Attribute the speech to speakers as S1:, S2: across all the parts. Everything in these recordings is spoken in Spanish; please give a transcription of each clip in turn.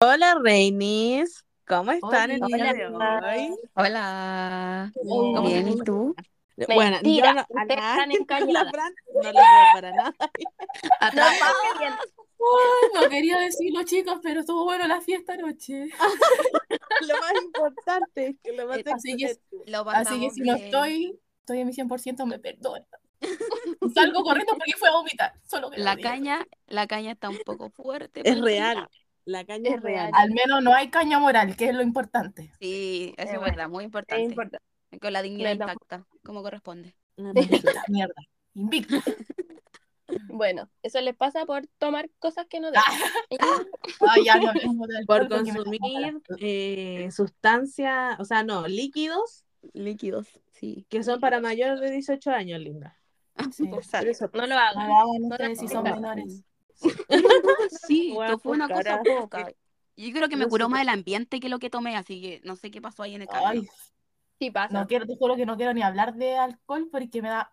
S1: Hola, Reinis. ¿Cómo están el día de
S2: Hola.
S1: hoy?
S3: Hola,
S2: Oh,
S3: bien, ¿y tú?
S1: Bueno,
S2: Mentira,
S1: yo no, a
S2: ustedes
S1: nadie
S2: están
S1: con la
S2: engañadas.
S1: Fran no la veo para nada.
S4: Ay, no quería decirlo, chicos, pero estuvo bueno la fiesta anoche.
S1: Lo más importante es que lo más
S3: Eh,
S4: así que-
S1: importante-
S3: Lo
S4: Así que
S3: pasamos
S4: si no
S3: bien.
S4: estoy, estoy en mi 100%, me perdona. Salgo corriendo porque fue a vomitar. Solo que
S3: La
S4: lo digo.
S3: caña, la caña está un poco fuerte.
S1: Es
S3: pero
S1: real.
S3: mira,
S1: La caña es
S2: Es real.
S1: real.
S4: Al menos no hay caña moral, que es lo importante.
S3: Sí, eso
S2: Es
S3: es
S2: bueno,
S3: verdad, muy importante.
S2: importante.
S3: Con la dignidad
S2: Claro.
S3: intacta, como corresponde.
S4: Invicta, mierda. Invicta.
S2: Bueno, eso les pasa por tomar cosas que no deben.
S4: Ay, ya no hablemos del
S1: Por
S4: alcohol porque me da
S1: consumir eh, sustancias, o sea, no, líquidos
S3: Líquidos, sí.
S1: que son para mayores de 18 años, linda. Eh,
S4: Sí.
S1: Por eso,
S2: No lo
S4: No
S2: hagan.
S4: lo hagan ustedes si son
S2: Venga.
S4: menores.
S3: Sí,
S1: Bueno,
S3: esto fue una
S1: pues,
S3: cosa
S1: carajo,
S3: poca. Yo creo que me
S1: no
S3: curó
S1: sé.
S3: más el ambiente que lo que tomé, así que no sé qué pasó ahí en el camino.
S4: Ay,
S2: Sí pasa.
S4: no quiero, te juro que no quiero ni hablar de alcohol porque me da.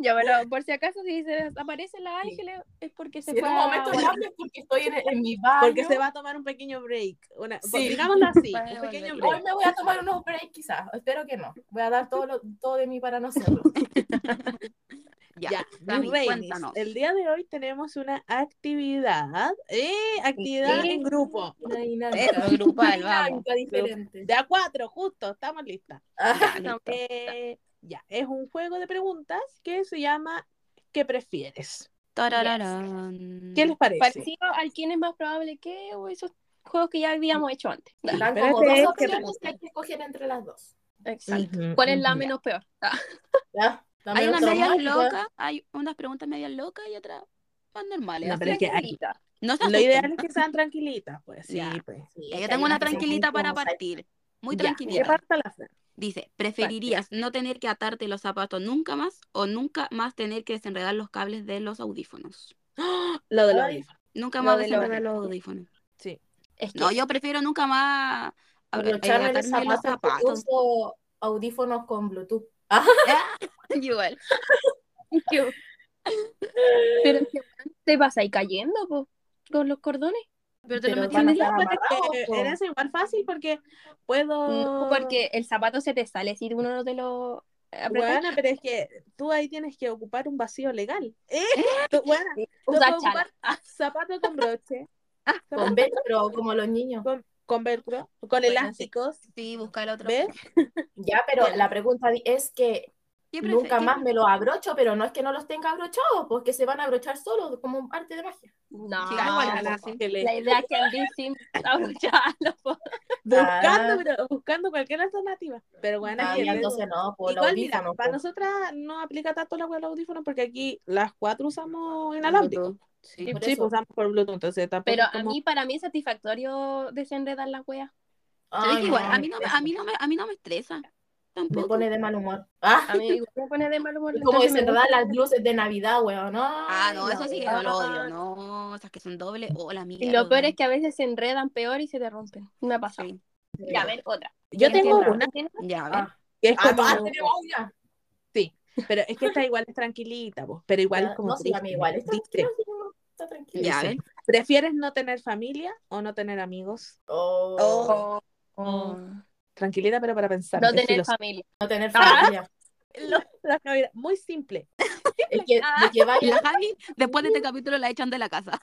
S2: Ya, pero por si acaso, si se desaparece la ángeles, es porque se
S4: Si en
S2: fue
S4: un
S2: a-
S4: momento no hables porque estoy en, en mi baño.
S1: Porque se va a tomar un pequeño break. Una,
S4: Sí.
S1: pues, digámoslo así,
S3: Para
S1: un pequeño
S3: volver.
S4: Hoy
S1: break.
S4: me voy a tomar unos breaks quizás, espero que no. Voy a dar todo, lo- todo de mí para no hacerlo.
S3: Ya,
S1: Ya,
S3: Dani,
S1: mis reinis,
S3: cuéntanos.
S1: el día de hoy tenemos una actividad, eh, actividad
S4: Sí.
S1: en grupo,
S4: Una dinámica,
S3: Eso, grupal,
S4: una
S3: vamos.
S4: dinámica diferente.
S1: de a cuatro, justo, estamos listas.
S4: Ah,
S3: Ya, listo.
S1: Eh, ya, es un juego de preguntas que se llama ¿Qué prefieres?
S3: Tarararán.
S1: ¿Qué les parece?
S2: Parecido al quién es más probable que o esos juegos que ya habíamos hecho antes.
S4: dan
S1: pero
S4: como
S1: este
S4: dos
S1: es que
S4: opciones
S1: pregunta.
S4: y hay que escoger entre las dos.
S2: Exacto.
S1: Ujú,
S2: ¿Cuál es la
S1: ujú.
S2: menos peor? Ah,
S4: ¿Ya? La
S3: Hay
S4: menos
S3: unas medias
S4: traumática.
S3: locas, hay unas preguntas medias locas y otras más normales.
S1: No,
S3: así
S1: pero es que aquí-
S2: tranquilita.
S3: No se
S1: Lo
S3: asusten.
S1: ideal es que sean tranquilitas, pues. Sí,
S3: Ya.
S1: pues.
S4: Sí,
S3: Ya,
S4: hay
S3: yo tengo una
S4: unas que son
S3: tranquilita para
S4: como
S3: partir. Muy
S1: Ya,
S3: tranquilita.
S1: que parta la Fran.
S3: Dice, ¿preferirías no tener que atarte los zapatos nunca más o nunca más tener que desenredar los cables de los audífonos?
S1: ¡Ah! Lo de los
S4: Ay.
S1: audífonos.
S3: Nunca
S2: Lo
S3: más
S2: de los
S3: desenredar los audífonos.
S2: Es que
S3: No, yo prefiero nunca más a- eh,
S4: abrocharme los
S3: atarme los
S4: zapatos, porque
S3: zapatos.
S4: uso audífonos con Bluetooth.
S3: Igual.
S2: Yo- Pero es que, weón, te vas ahí cayendo po, con los cordones.
S3: Pero te lo
S4: Pero
S3: metí
S4: van
S3: en
S4: a
S3: el
S4: estar
S3: zapato.
S4: amarrados,
S1: Eh,
S4: po.
S1: en eso igual fácil porque puedo.
S2: No, Mm, porque el zapato se te sale si uno no te lo aprieta.
S1: Bueno, pero es que tú ahí tienes que ocupar un vacío legal. ¿Eh? Tú, buena, tú
S2: Usa
S1: puedes
S2: chala.
S1: ocupar zapato con broche,
S4: Ah,
S3: Ah.
S4: Con velcro, como los niños.
S1: con, con velcro, con
S3: sí.
S1: elásticos.
S3: Sí, busca el otro.
S1: ¿Ves?
S4: Ya, pero la pregunta di- es que
S3: ¿Qué prefe-
S4: nunca
S3: qué
S4: más
S3: pre-
S4: me los abrocho, pero no es que no los tenga abrochados, porque se van a abrochar solos, como un arte de magia.
S2: No,
S4: Ah,
S3: Sí, igual,
S2: la,
S3: la- sí.
S1: Ah, que le-
S2: idea es que andes sin abrocharlo. po.
S1: buscando, pero buscando cualquier alternativa. Pero bueno,
S4: Ah,
S1: aquí
S4: ya,
S1: el-
S4: entonces no, por los
S1: igual, mira,
S4: audífonos, pues.
S1: para
S4: po.
S1: nosotras no aplica tanto la web del audífono porque aquí las cuatro usamos inalámbrico.
S3: Sí.
S1: Sí,
S4: por
S1: pues,
S4: eso.
S1: usamos por Bluetooth, entonces tampoco
S2: Pero
S1: es
S2: a
S1: como-
S2: mí, para mí es satisfactorio desenredar las weas.
S3: Pero es
S4: Ay,
S3: que igual,
S4: no,
S3: a mí no me,
S4: eso
S3: a mí no me, a mí no me estresa.
S4: me
S3: Tampoco.
S4: pone de mal humor. Ah.
S2: A mí igual me pone de mal humor.
S4: Es como
S2: entonces me
S4: desenredar
S2: gusta.
S4: las luces de Navidad, weón. ¿no?
S3: Ah, no, eso sí que yo lo odio.
S4: weón.
S3: No, esas que son dobles. o la
S2: Y
S3: mía.
S2: lo peor es que a veces se enredan peor y se te rompen. Me ha pasado.
S3: Sí.
S2: Ya, a ver, otra.
S1: Yo
S2: ¿Quién
S1: tengo
S2: tiene-
S1: una
S2: quién tiene?
S3: Ya, a ver.
S4: Ah.
S1: que es
S4: Ah,
S1: como-
S4: todas tenemos una.
S1: pero es que esta igual es tranquilita, vos, pero igual
S4: Ya,
S1: es como
S4: Ah, no, sí, a mí igual. Está,
S1: triste.
S4: tranquilo, sí, no, está tranquilo.
S3: Ya, a
S1: Dice,
S3: ver.
S1: ¿Prefieres no tener familia o no tener amigos?
S4: O
S3: Oh.
S1: Tranquilita, pero para pensar.
S2: No
S1: es
S2: tener
S1: filos-
S2: familia.
S4: no tener
S2: Ah.
S4: familia.
S1: Lo- no, mira, Muy simple.
S4: Es que,
S3: Ah.
S4: de que vaya-
S3: La Javi, después de este capítulo, la echan de la casa.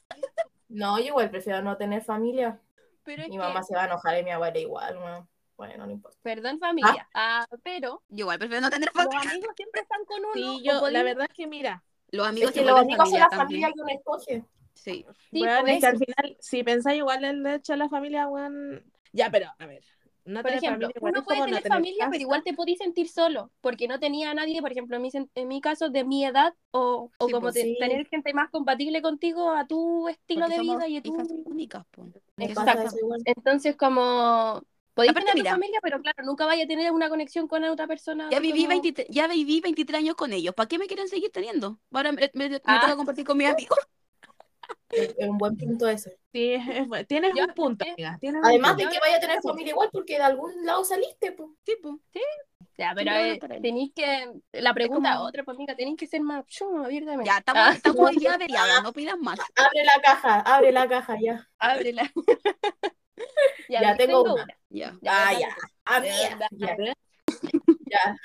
S4: No, yo igual prefiero no tener familia.
S2: Pero es
S4: Mi
S2: que,
S4: mamá se va a enojar y mi abuela igual, weón. Bueno, no importa.
S2: perdón familia, ah, pero
S3: Yo igual prefiero no tener
S2: los
S3: familia.
S2: amigos siempre están con uno.
S1: Sí,
S2: o
S1: yo,
S2: podéis-
S1: la verdad es que mira,
S3: Los amigos
S4: Es que
S3: se
S4: los
S3: vuelven
S4: amigos son la
S3: también.
S4: familia que uno escoge.
S3: Sí.
S2: Sí,
S1: Weón,
S2: por
S1: es que al
S2: eso.
S1: final, si pensáis igual el hecho de la familia, weón. Ya, pero, a ver. No
S2: Por
S1: tener
S2: ejemplo,
S1: familia igual
S2: uno
S1: es
S2: puede
S1: como no
S2: tener familia,
S1: casa.
S2: pero igual te podís sentir solo, porque no tenía a nadie, por ejemplo, en mi, sen- en mi caso, de mi edad, o, o
S3: Sí,
S2: como
S3: pues,
S2: te-
S4: sí.
S2: tener gente más compatible contigo a tu estilo
S3: porque
S2: de
S3: somos
S2: vida y a tu...
S3: hijas únicas, po.
S4: Me
S3: Eso
S4: pasa
S3: pasa.
S4: eso igual.
S2: Entonces, como... Podéis
S3: Aparte,
S2: tener tu
S3: mira.
S2: familia, pero claro, nunca vaya a tener una conexión con otra persona.
S3: Ya
S2: así
S3: viví,
S2: como-
S3: 23, ya viví 23 años con ellos. ¿Para qué me quieren seguir teniendo? Ahora me, me, me
S2: Ah.
S3: toca compartir con mis amigos.
S4: Es es un buen punto ese.
S1: Sí, es- es bu- tienes
S2: Ya,
S1: un punto,
S2: eh,
S1: amiga. tienes un
S4: Además
S1: punto.
S4: de que vaya a tener familia igual, porque de algún lado saliste, pues.
S3: Sí, po.
S2: Ya, pero
S3: Siempre van a
S2: eh,
S3: estar ahí.
S2: tenéis que. La pregunta
S3: como-
S2: otra, pues, amiga, tenéis que ser más chum, abiertamente.
S3: Ya, estamos,
S2: Ah,
S3: estamos hoy día averiadas, no pidas más.
S4: Abre la caja, abre la caja ya.
S2: ábrela.
S4: Ya
S2: ya, yo
S4: tengo una.
S3: Ya.
S4: Ah,
S2: dale.
S4: ya. Amiga.
S2: Ya,
S4: Ya,
S1: A ver,
S4: ya.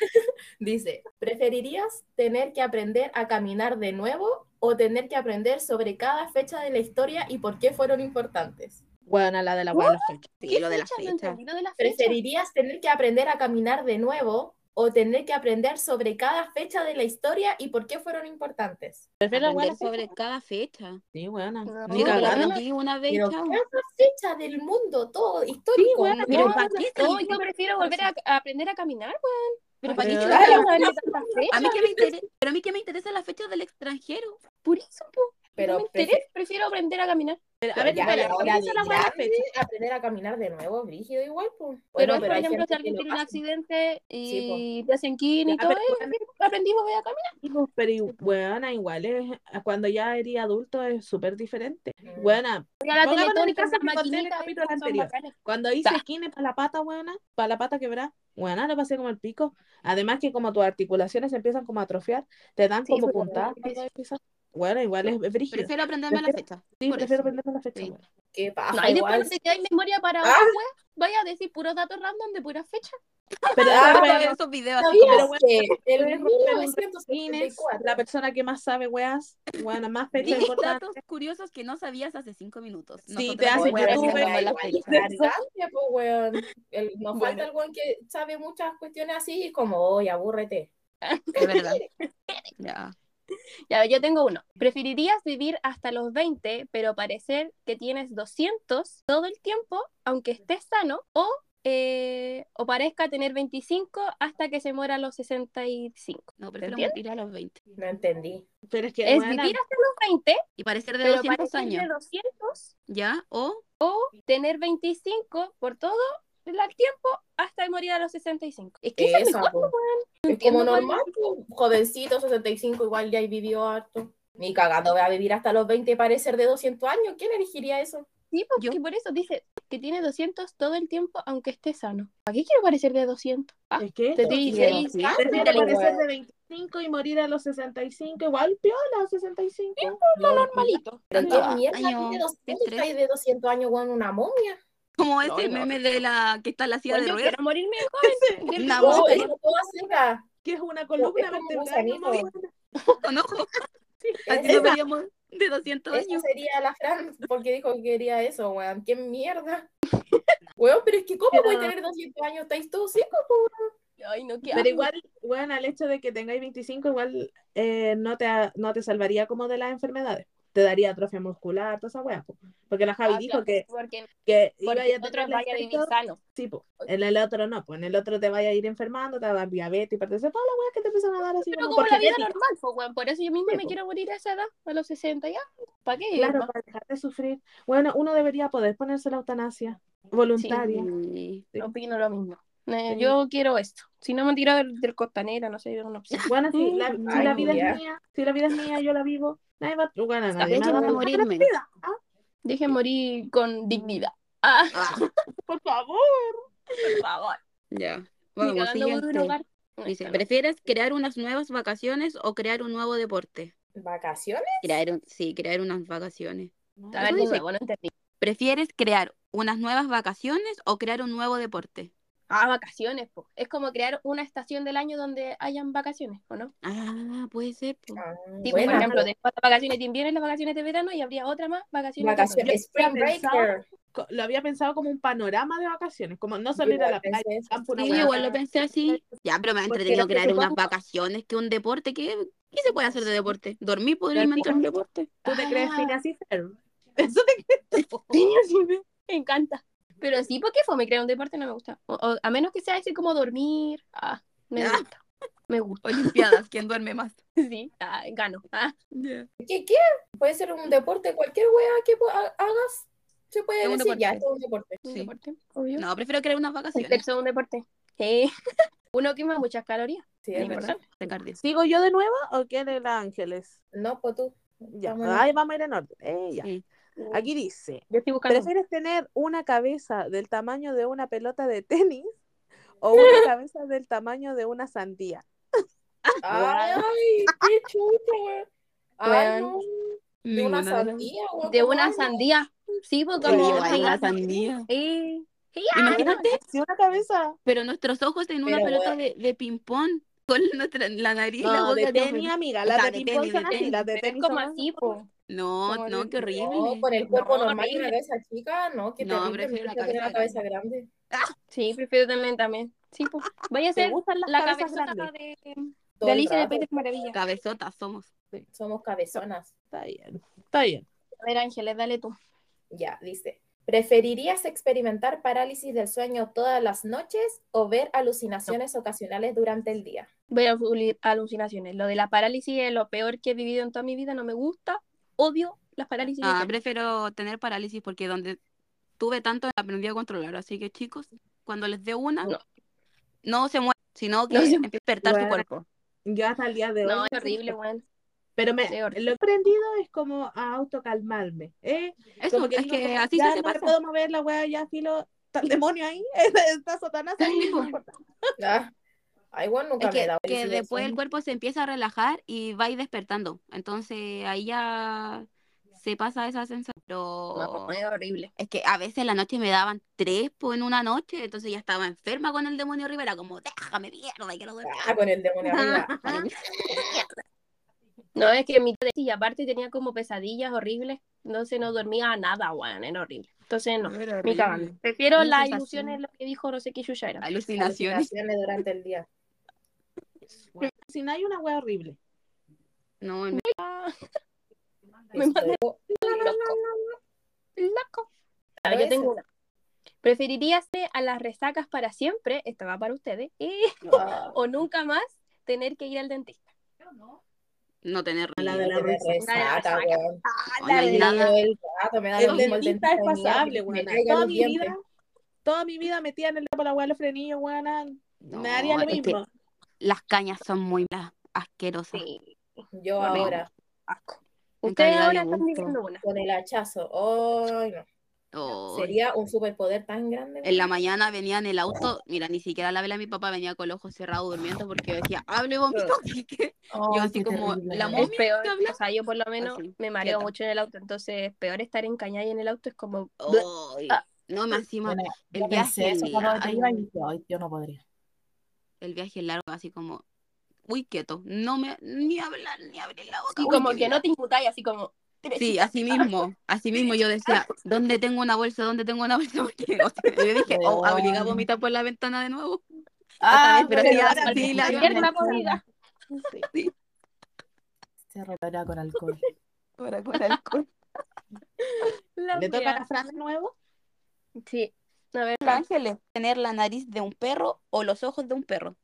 S4: Dice, ¿preferirías tener que aprender a caminar de nuevo o tener que aprender sobre cada fecha de la historia y por qué fueron importantes?
S1: Buena la de la buena fecha.
S3: Sí,
S2: ¿Qué
S3: lo de la
S2: fecha? No
S3: fecha.
S2: entendí lo de la fecha.
S4: ¿Preferirías tener que aprender a caminar de nuevo o tener que aprender sobre cada fecha de la historia y por qué fueron importantes?
S1: Prefiero la buena
S3: Aprender sobre cada fecha.
S1: Sí, buena.
S2: No,
S3: Yo
S1: Ni
S3: lo
S2: la
S1: cagando.
S2: buena-
S3: aprendí una vez,
S4: Pero
S3: chao.
S4: cada fecha del mundo, todo histórico.
S1: bueno,
S4: pero
S2: No,
S3: ¿para qué?
S2: no, yo prefiero volver a, a aprender a caminar, weón. Pero ¿para qué
S1: Pero-
S2: chucha Ah, vamos a darle tantas fechas?
S3: A mí que me interesa, pero a mí que me interesa la fecha del extranjero.
S2: Por eso, po.
S4: pero
S2: no me
S4: prefi-
S2: interesa, prefiero aprender a caminar.
S1: Pero,
S4: pero
S1: a ver,
S4: ya
S1: espera,
S4: a la hora
S1: ¿cuál es
S4: de
S1: la buena
S4: grande,
S1: fecha?
S4: aprender a caminar de nuevo, brígido igual, pues.
S2: Pero,
S4: Bueno,
S2: es, por
S4: hay
S2: ejemplo, si
S4: gente que
S2: alguien
S4: lo
S2: tiene un
S4: hace.
S2: accidente
S4: Sí,
S2: y te hacen quini y
S1: Ya,
S2: todo,
S1: pero-
S2: eh, aprendimos voy a caminar.
S1: Hijo, pues, Pero, y- buena, igual es, cuando ya eres adulto es súper diferente.
S4: Mm.
S1: Buena,
S2: Voy a la
S1: No hagamos
S2: Teletón y
S1: caso
S2: con
S1: que
S2: las
S1: conté en el
S2: maquinitas,
S1: capítulo
S2: son
S1: anterior.
S2: bacanas.
S1: Cuando hice
S2: Ta.
S1: esquines para la pata, buena, para la pata quebrada, buena, lo pasé como el pico. Además que como tus articulaciones empiezan como a atrofiar, te dan
S2: Sí,
S1: como
S2: pues,
S1: puntadas cuando empiezas. Bueno, igual es, es brígido.
S3: Prefiero aprenderme la fecha.
S1: Sí,
S3: por
S1: prefiero
S3: eso.
S1: aprenderme la fecha.
S3: Sí.
S1: buena.
S4: Qué
S2: No,
S4: paja,
S2: y después
S4: Ah, igual.
S2: no te quedáis memoria para
S4: Ah.
S2: otra wea. Vaya a decir puros datos random de puras fechas.
S1: Pero,
S4: Ah,
S1: pero-
S3: Vamos a ver esos videos así
S4: ¿Sabías
S1: pero
S3: como...
S1: bueno,
S4: que el
S1: puedes romper un Guinness,
S4: 1974,
S1: la persona que más sabe, weas, buena, más fecha
S3: Dije
S1: importante.
S3: datos curiosos que no sabías hace cinco minutos.
S1: Sí,
S3: Nosotras
S1: te hace
S3: volvemos a
S1: youtuber.
S3: aprender la
S4: Igual,
S3: fecha.
S4: cargante, po, pues, weón. El- Nos
S1: Bueno.
S4: falta el weón que sabe muchas cuestiones así y es como, oye, abúrrete.
S3: De verdad. Ya.
S2: Ya, yo tengo uno. ¿Preferirías vivir hasta los 20, pero parecer que tienes 200 todo el tiempo, aunque estés sano, o, eh, o parezca tener 25 hasta que se muera a los 65?
S3: No, prefiero
S2: ¿Entiendes?
S3: morir a los 20.
S4: No entendí.
S1: Pero es que,
S2: Es
S1: weona,
S2: vivir hasta los 20,
S3: Y parecer de
S2: pero
S3: 200
S2: parecer de
S3: años.
S2: 200,
S3: ¿Ya? O
S2: tener 25 por todo el tiempo hasta morir a los 65. Es que eso es
S4: Esa,
S2: mejor,
S4: po.
S2: weón. No
S4: pues, Es
S2: entiendo
S4: como
S2: cuál
S4: normal, po, jovencito, 65, igual ya vivió harto. Ni cagando, voy a vivir hasta los 20 y parecer de 200 años. ¿Quién elegiría eso?
S2: Sí, porque
S3: Yo-
S2: por eso dice que tiene 200 todo el tiempo, aunque esté sano. ¿A qué quiero parecer de 200? Ah,
S1: es que
S2: te
S1: esto-
S2: dice,
S1: Mira,
S2: ahí
S1: sí,
S2: está,
S1: prefiero
S4: pero
S1: parecer
S4: bueno.
S1: de 25 y morir a los 65, igual piola, 65.
S2: lo normalito.
S4: Pero
S3: Tantos
S4: qué mierda,
S3: años,
S4: tiene 200
S3: estrés.
S4: y de 200 años, weón, una momia.
S3: como
S2: No,
S3: ese
S2: no.
S3: meme de la que está en la silla
S2: Bueno,
S3: de
S2: yo
S3: ruedas.
S2: quiero morirme joven. Yo
S3: Una
S2: quiero-
S4: Oh,
S3: mosca.
S4: es toda seca.
S1: Que es una
S4: Es
S1: columna
S4: como un
S1: vertebral.
S4: gusanito.
S1: ¿no?
S3: Con ojo. Así
S4: Esa-
S3: nos veríamos de 200
S4: Esa
S3: años.
S4: sería la Fran, porque dijo que quería eso, weón. ¡Qué mierda! Weón, pero es que ¿cómo voy a tener 200 años? ¿Estáis todos secos?
S2: Ay, no, qué
S1: Pero
S2: asco.
S1: igual, bueno, el hecho de que tengáis 25, igual eh, no, te, no te salvaría como de las enfermedades. Te daría atrofia muscular, toda esa wea. po. Porque la Javi
S2: Ah,
S1: dijo
S2: claro,
S1: que,
S2: Porque,
S1: que iba
S2: porque
S1: a tener
S2: otros
S1: el
S2: vayan a vivir
S1: efecto-
S2: sano.
S1: sí, po. en el otro no, pues en el otro te vaya a ir enfermando, te va a dar diabetes y partes todas las weas que te empiezan a dar así
S2: Pero
S1: como
S2: como
S1: por
S2: la vida
S1: genética.
S2: normal, pues, weón. Por eso yo misma
S1: Sí,
S2: me
S1: po.
S2: quiero morir a esa edad, a los 60 ya. ¿Para qué?
S1: Claro,
S2: Ma-
S1: para dejar de sufrir. Bueno, uno debería poder ponerse la eutanasia voluntaria.
S3: Sí.
S1: sí.
S2: Opino lo mismo. Eh,
S1: Sí.
S2: Yo quiero esto. Si no me tiro del, del costanera, no sé, una opción.
S1: Bueno, si la, si
S4: Ay,
S1: la vida
S4: ya.
S1: es mía, si la vida es mía, yo la vivo. Nadie va, bueno, nadie me va a
S3: Déjenme
S1: dar-
S3: morirme.
S1: Ah,
S2: Dejen morir con dignidad. Ah,
S3: Ah,
S1: Por favor.
S2: por favor.
S3: ya.
S2: Ni cagando
S3: Vamos,
S2: voy a
S3: siguiente.
S2: drogar.
S3: Dice,
S2: Esta no.
S3: ¿prefieres crear unas nuevas vacaciones o crear un nuevo deporte?
S4: ¿Vacaciones?
S3: Crear un, sí, crear unas vacaciones.
S2: A ver,
S3: Eso
S2: de
S3: dice.
S2: nuevo, no entendí.
S3: ¿Prefieres crear unas nuevas vacaciones o crear un nuevo deporte?
S2: Ah, vacaciones, po. Es como crear una estación del año donde hayan vacaciones, ¿o no?
S3: Ah, puede ser. po.
S4: Ah,
S2: Sí,
S4: buena.
S2: por ejemplo, después de vacaciones de invierno y las vacaciones de verano y habría otra más, vacaciones. de
S4: Vacaciones.
S1: Yo
S4: Spring
S1: había pensado
S4: Breaker.
S1: co- lo había pensado como un panorama de vacaciones, como no salir
S4: Igual
S1: a la
S4: pensé
S1: playa,
S4: eso.
S1: campo, una
S3: Sí,
S4: Una
S1: hueá.
S3: igual
S4: buena-
S3: lo pensé así. Ya, pero me ha
S1: Porque
S3: entretenido
S1: lo que
S3: crear unas
S1: supongo-
S3: vacaciones que un deporte. ¿Qué, qué se puede hacer de deporte? Dormir podría
S2: Dormir.
S3: inventar un deporte.
S1: ¿Tú te crees
S2: Ah.
S1: Phineas y Ferb? Eso te crees.
S2: verano. Sí, me me encanta. Oh. Pero sí, porque fue, me crea un deporte, no me gusta. O- o- a menos que sea ese como dormir. Ah, me
S3: Ah.
S2: gusta. Me gusta.
S3: Olimpiadas, ¿quién duerme más?
S2: Sí, ah, gano. Ah,
S4: ¿Qué, ¿Qué? Puede ser un deporte, cualquier weá que po- ha- hagas. Se puede
S3: Es un
S4: decir, ya,
S3: deporte.
S4: esto es un deporte.
S2: un
S3: Sí.
S2: deporte, obvio.
S3: No, prefiero crear unas
S2: El
S3: vacaciones.
S2: sexo es un deporte. Sí. Uno quema muchas calorías.
S4: Sí,
S2: es
S4: es verdad.
S2: importante.
S3: Ricardo.
S1: ¿Sigo yo de nuevo o quiere la Ángeles?
S4: No, pues tú.
S1: Ya,
S5: Vamos en-
S1: ahí vamos a ir en orden. Eh, ya.
S3: Sí.
S1: Aquí dice,
S2: Yo estoy buscando.
S1: ¿prefieres tener una cabeza del tamaño de una pelota de tenis o una cabeza del tamaño de una sandía?
S5: Ay, qué chucha, weón. Ay,
S2: Weón.
S5: no. De
S3: Ninguna
S5: una
S3: de las-
S5: sandía, weón.
S2: De
S5: ¿cómo
S2: una
S5: hablas?
S2: sandía. Sí, pues
S1: Sí,
S2: como
S1: igual,
S2: una
S3: la
S2: gata.
S3: sandía.
S2: Eh, sí, ya.
S3: Imagínate,
S1: Sí, una cabeza.
S3: pero nuestros ojos en una
S5: Pero,
S3: pelota de, de ping-pong con nuestra, la nariz y la
S1: No,
S3: boca.
S1: de
S3: no,
S1: tenis, amiga.
S3: O
S1: Las
S3: sea,
S1: de
S3: de
S1: ping-pong
S3: tenis,
S1: son
S3: de
S1: así,
S3: tenis,
S1: las de
S2: pues, Pero es
S1: tenis
S2: como
S1: son
S2: así, pues. po.
S3: No,
S2: Como
S3: no,
S2: de-
S3: qué horrible.
S5: No, con Oh, el cuerpo
S2: No,
S5: normal y una
S2: horrible.
S5: cabeza chica, no, que
S3: No,
S5: terrible.
S3: prefiero la
S5: prefiero tener la
S3: cabeza
S5: cabeza grande.
S2: Sí, prefiero también también. Sí, pues. Vaya a
S1: ¿Te
S2: ser
S1: gustan las
S2: la
S1: cabezas
S2: cabezota
S1: grandes?
S2: de,
S5: Todo
S2: de
S5: el
S2: Alicia en el
S5: rato.
S2: País de las Maravillas.
S3: Cabezotas somos.
S5: Somos cabezonas.
S1: Está bien, está bien.
S2: A ver, Ángeles, dale tú.
S5: Ya, dice. ¿Preferirías experimentar parálisis del sueño todas las noches o ver alucinaciones ocasionales durante el día?
S2: Veo alu- alucinaciones. Lo de la parálisis es lo peor que he vivido en toda mi vida. No me gusta. Odio las parálisis. del
S3: Ah,
S2: sueño.
S3: prefiero tener parálisis porque donde tuve tanto aprendí a controlar. Así que chicos, cuando les dé una,
S2: No.
S3: no, se mueven, sino que
S2: No se
S3: empieza a despertar su
S1: Bueno.
S3: cuerpo.
S1: Yo hasta el día de hoy.
S2: no, es
S1: no sé
S2: horrible,
S1: esto.
S2: weón.
S1: Pero me,
S2: es horrible.
S1: lo que he aprendido es como a autocalmarme. ¿eh?
S3: Eso,
S1: Como
S3: es
S1: digo,
S3: que
S1: como,
S3: así
S1: ya
S3: se te
S1: no me
S3: pasa.
S1: puedo mover la wea, ya filo. Está el demonio ahí, está Satanás ahí.
S3: Sí,
S1: no
S3: po.
S1: importa.
S5: Ah, ay, bueno, nunca
S3: Es
S5: me
S3: que,
S5: da
S3: que
S5: parálisis del
S3: después el
S5: sueño.
S3: cuerpo se empieza a relajar y va a ir despertando. Entonces ahí ya se pasa esa sensación. Pero
S2: No, es horrible.
S3: es que a veces en la noche me daban tres po, en una noche, entonces ya estaba enferma con el demonio Rivera, como déjame mierda, quiero dormir.
S5: Ah, con el demonio arriba.
S2: No, es que mi y aparte tenía como pesadillas horribles. Entonces no dormía nada, weón. Era horrible. Entonces no. Ni cagando. Prefiero
S3: Una
S2: las
S3: sensación.
S2: ilusiones, lo que dijo no sé qué Yuya era.
S3: Alucinaciones.
S5: Alucinaciones durante el día.
S1: Si no hay una wea horrible.
S3: No, en-
S2: Me
S5: Listo.
S2: Loco. Loco. A ver, yo
S5: Eso.
S2: tengo una. ¿Preferirías irte a las resacas para siempre? Esta va para ustedes. eh,
S5: Ah,
S2: o nunca más tener que ir al dentista.
S3: no tener
S1: La de
S5: me
S1: la risa.
S5: resaca,
S2: resaca.
S5: weón.
S3: la
S5: Me
S3: nada.
S5: da el gato, me da lo
S1: El
S5: mismo el
S1: dentista
S5: dentista de
S1: es
S5: mi gato,
S1: pasable,
S5: me
S1: weona.
S5: caigan
S1: Toda
S5: los
S1: mi
S5: dientes.
S1: vida, toda mi vida metía en el dedo para la wea los frenillos, weona.
S3: No,
S1: Me daría lo
S3: es que
S1: mismo.
S3: las cañas son muy bla- asquerosas.
S2: Sí.
S5: Yo
S3: Horrible.
S5: ahora,
S2: Asco.
S3: En
S2: Ustedes
S3: calidad de
S2: ahora están
S3: gusto.
S2: viviendo una.
S5: con el hachazo. Ay, no.
S3: Ay.
S5: Sería un superpoder tan grande.
S3: Oh, En la
S5: weón.
S3: mañana venía en el auto, mira, ni siquiera la vela mi papá venía con los ojos cerrados durmiendo porque decía, hable vomito. así que yo así como la
S2: Es
S3: momia
S2: peor.
S3: que habla.
S2: O sea, yo por lo menos
S3: Así,
S2: me mareo
S3: quieta.
S2: mucho en el auto. Entonces, peor estar en caña y en el auto es como.
S3: Ay,
S2: Ah.
S3: No, más encima,
S4: Bueno,
S3: el
S4: yo
S3: viaje,
S4: pensé eso
S3: ni-
S4: cuando te
S3: ay,
S4: iba y dije, "Ay, yo no podría.
S3: el viaje largo, así como, muy quieto, no me, ni hablar, ni abrir la boca.
S2: Y
S3: uy,
S2: como
S3: qué
S2: que
S3: miedo.
S2: no te inmutáis, así como.
S3: Sí, así mismo, así mismo yo decía, ¿dónde tengo una bolsa? ¿Dónde tengo una bolsa? Porque, o sea, yo dije, oh, obligado a vomitar por la ventana de nuevo.
S4: Ah,
S3: Otra vez, pero sí,
S4: bueno,
S3: la-
S4: vale,
S3: sí, la-
S4: vale,
S2: Ayer la
S4: vale.
S2: comida.
S4: Se revolverá con alcohol.
S3: Para con alcohol.
S2: La
S1: ¿Le toca
S2: wea.
S1: la frase nuevo?
S2: Sí. A ver,
S3: Ángeles, tener la nariz de un perro o los ojos de un perro.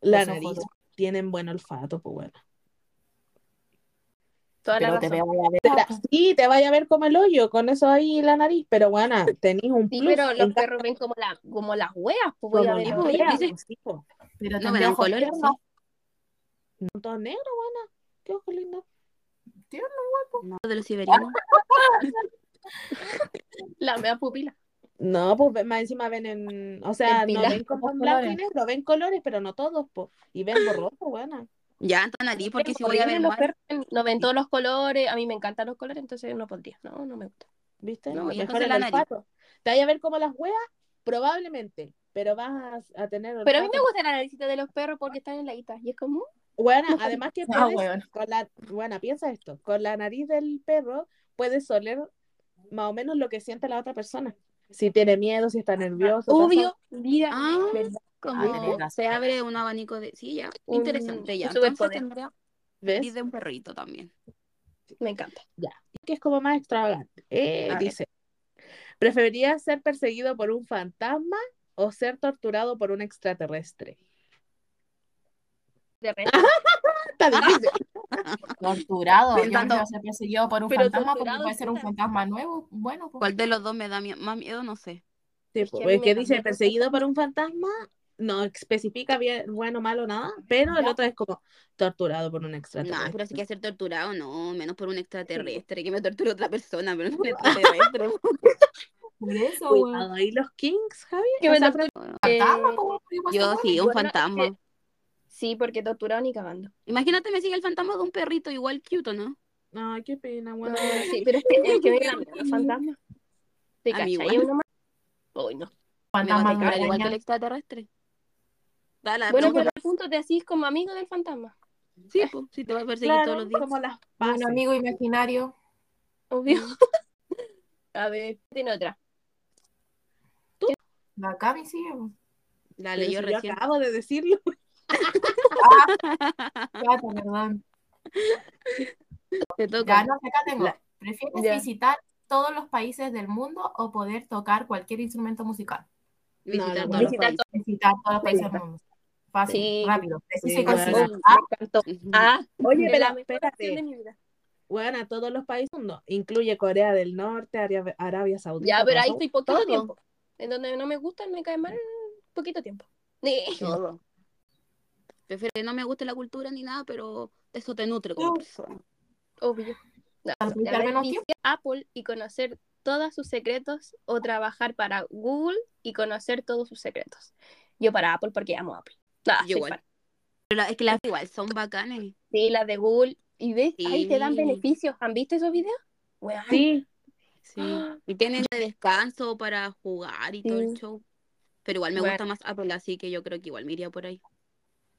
S1: La
S4: Eso fue
S1: nariz.
S4: lo-
S1: Tienen buen olfato, pues bueno.
S2: toda la
S4: Pero te
S2: razón.
S4: veo voy a ver.
S1: Sí, te vaya a ver como el hoyo, con eso ahí la nariz, pero bueno, tenés un
S2: Sí,
S1: plus.
S2: pero
S1: en
S2: los
S1: ca-
S2: perros ven como, la, como las hueas, pues voy
S1: como
S2: a ver
S1: la
S2: las
S1: wea,
S2: hueas.
S3: dice-
S1: pues, sí, po.
S4: Pero
S3: No,
S4: tendré
S3: pero en
S4: ojos
S3: colores,
S4: tiernos.
S1: Un Todo negro, buena. Qué ojo lindo.
S3: No, de los siberianos.
S2: La mea pupila.
S1: No, pues ve- más encima ven en, o sea, no
S2: Pila.
S1: ven como en
S4: Como
S1: blanco y
S4: colores.
S1: negro, ven colores, pero no todos, po. Y ven borroso, buena.
S3: Ya, tu nariz, porque
S2: Pero
S3: si voy a ver
S2: horrible, los
S3: más.
S2: perros ven- no ven todos los colores. A mí me encantan los colores, entonces no podría. No, no me gusta.
S1: ¿Viste?
S3: No, y
S1: Mejor
S3: entonces
S1: el
S3: la nariz.
S1: olfato. Te vaya a ver como las hueas, probablemente, pero vas a, a tener
S2: Pero a mí me
S1: olfato.
S2: gusta la naricita de los perros porque están en la guita. Y es como. "Mm,
S1: Buena, además que
S5: Ah,
S1: puedes,
S5: weón.
S1: con la, buena, piensa esto, con la nariz del perro puedes oler más o menos lo que siente la otra persona. Si tiene miedo, si está nervioso.
S2: Obvio, vida.
S3: Ah,
S2: ¿verdad?
S3: como
S4: tenés razón.
S3: se abre un abanico de. Sí, ya.
S2: Un-
S3: Interesante, ya.
S2: un
S3: Entonces
S2: superpoder.
S3: tendría
S1: ¿Ves?
S3: nariz de un perrito también.
S2: Me encanta.
S1: que es como más extravagante. Eh,
S3: A ver.
S1: dice, ¿preferirías ser perseguido por un fantasma o ser torturado por un extraterrestre?
S2: De resto,
S1: Está difícil.
S4: Torturado. Yo
S3: Pensando-
S4: no ser perseguido por un
S2: Pero
S4: fantasma porque
S2: torturado,
S4: puede ser un
S2: puta.
S4: fantasma nuevo. Bueno, pues.
S3: ¿Cuál de los dos me da mie- más miedo? No sé.
S1: Sí,
S2: Es que a
S1: po,
S2: mí
S1: es
S2: me
S1: que
S2: da
S1: dice,
S2: miedo.
S1: perseguido por un fantasma no especifica bien bueno, malo, nada, pero el otro es como torturado por un
S3: No,
S1: extraterrestre.
S3: pero sí que ser torturado, no, menos por un extraterrestre, que me torture otra persona, pero no un extraterrestre.
S5: Por eso, weón.
S1: Cuidado, ¿y los Kings, Javi?
S2: Que
S1: O
S2: me
S1: sea,
S2: torture- Eh,
S5: Fantasma, po, weón, digo,
S3: Yo
S5: esa
S3: sí, un
S2: igual no-
S3: fantasma.
S2: que- sí, porque torturado ni cagando.
S3: Imagínate, me sigue el fantasma de un perrito igual cute, ¿o ¿no?
S1: Ay, qué pena,
S2: No,
S1: weón.
S2: sí, pero es que, es que venga los fantasmas. ¿Te
S3: A mí
S2: cachai?
S3: igual.
S2: Uno más. Uy, no.
S3: Me va a
S4: Fantasma
S3: tener que hablar igual que
S4: malagueña.
S3: el extraterrestre. Dale,
S2: Bueno,
S3: pero-
S2: pero al punto te hacís como amigo del fantasma.
S3: sí, pues, sí, te va a perseguir
S1: Claro,
S3: todos los días.
S1: como las
S5: Un
S1: bases.
S5: amigo imaginario.
S2: Obvio. A ver, tiene otra.
S5: La Cami sigue. weón.
S3: Dale,
S1: Pero
S3: yo
S1: si yo
S3: recién.
S1: acabo de decirlo.
S5: Gata, perdón.
S3: Te toca.
S5: Ya, no, acá tengo.
S1: La-
S5: ¿Prefieres
S2: Ya.
S5: visitar todos los países del mundo o poder tocar cualquier instrumento musical?
S1: No,
S3: Visitar
S1: no,
S3: todos los
S2: Visitar
S3: países.
S5: Visitar todos los países del mundo. Fácil,
S2: Sí.
S5: rápido, preciso
S1: Sí,
S5: y conciso.
S1: bueno.
S5: Ah,
S2: me encantó.
S3: Ujú.
S2: Ah,
S1: Oye,
S2: es
S1: pero
S2: la mejor opción de
S1: espérate.
S2: mi vida.
S1: Weón, a todos los países del mundo. Incluye Corea del Norte, Arabia, Arabia Saudita.
S2: Ya, pero ahí
S1: Brasil.
S2: estoy poquito
S1: todo.
S2: tiempo. En donde no me gustan, me cae mal poquito tiempo. Sí.
S3: Todo. Prefiero que no me guste la cultura ni nada, pero eso te nutre como
S5: No.
S3: persona.
S2: Obvio. No,
S5: Tal vez
S2: la
S5: al
S2: verdad,
S5: menos
S2: visitar Apple y conocer todos sus secretos o trabajar para Google y conocer todos sus secretos. Yo para Apple porque amo Apple. Nah,
S3: Yo
S2: soy
S3: igual.
S2: fan.
S3: Pero la- es que las igual son bacanes.
S2: Sí, las de Google. Y ves, ahí te dan
S3: Sí.
S2: beneficios. ¿Han visto esos videos? Weón.
S1: Sí,
S3: Sí. Y tienen de descanso para jugar y todo el
S2: Sí.
S3: show. Pero igual me
S2: Bueno.
S3: gusta más Apple, así que yo creo que igual me iría por ahí.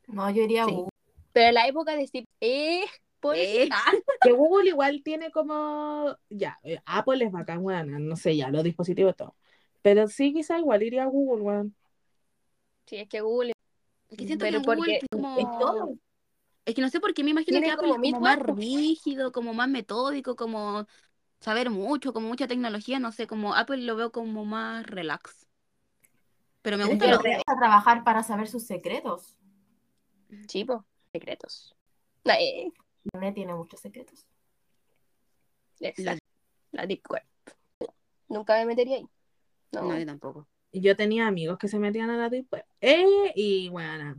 S5: No, yo iría a
S2: Sí.
S5: Google.
S2: Pero en la época de Steve. ¡Eh! Por
S3: Eh.
S1: que Google igual tiene como. Ya, eh, Apple es bacán, weón. No sé, ya, los dispositivos, todo. Pero sí, quizá igual iría a Google, weón.
S2: Sí, es que Google.
S3: Es que siento
S2: Pero
S3: que en Google
S2: porque
S3: es como...
S5: Es todo.
S3: Es que no sé por qué me imagino
S2: Tiene
S3: que Apple
S2: como
S3: es
S2: mil
S3: como más
S2: cuerpos.
S3: rígido, como más metódico, como saber mucho, como mucha tecnología, no sé, como Apple lo veo como más relax. Pero me
S5: Es
S3: gusta
S5: que
S3: lo
S5: regresa a trabajar para saber sus secretos.
S2: Chivo. Secretos. La, eh,
S5: Internet tiene muchos secretos.
S2: exacto. eh, La Deep Web. Nunca me metería ahí. No.
S3: No, yo tampoco.
S1: Y Yo tenía amigos que se metían a la deep web. Eh, y bueno,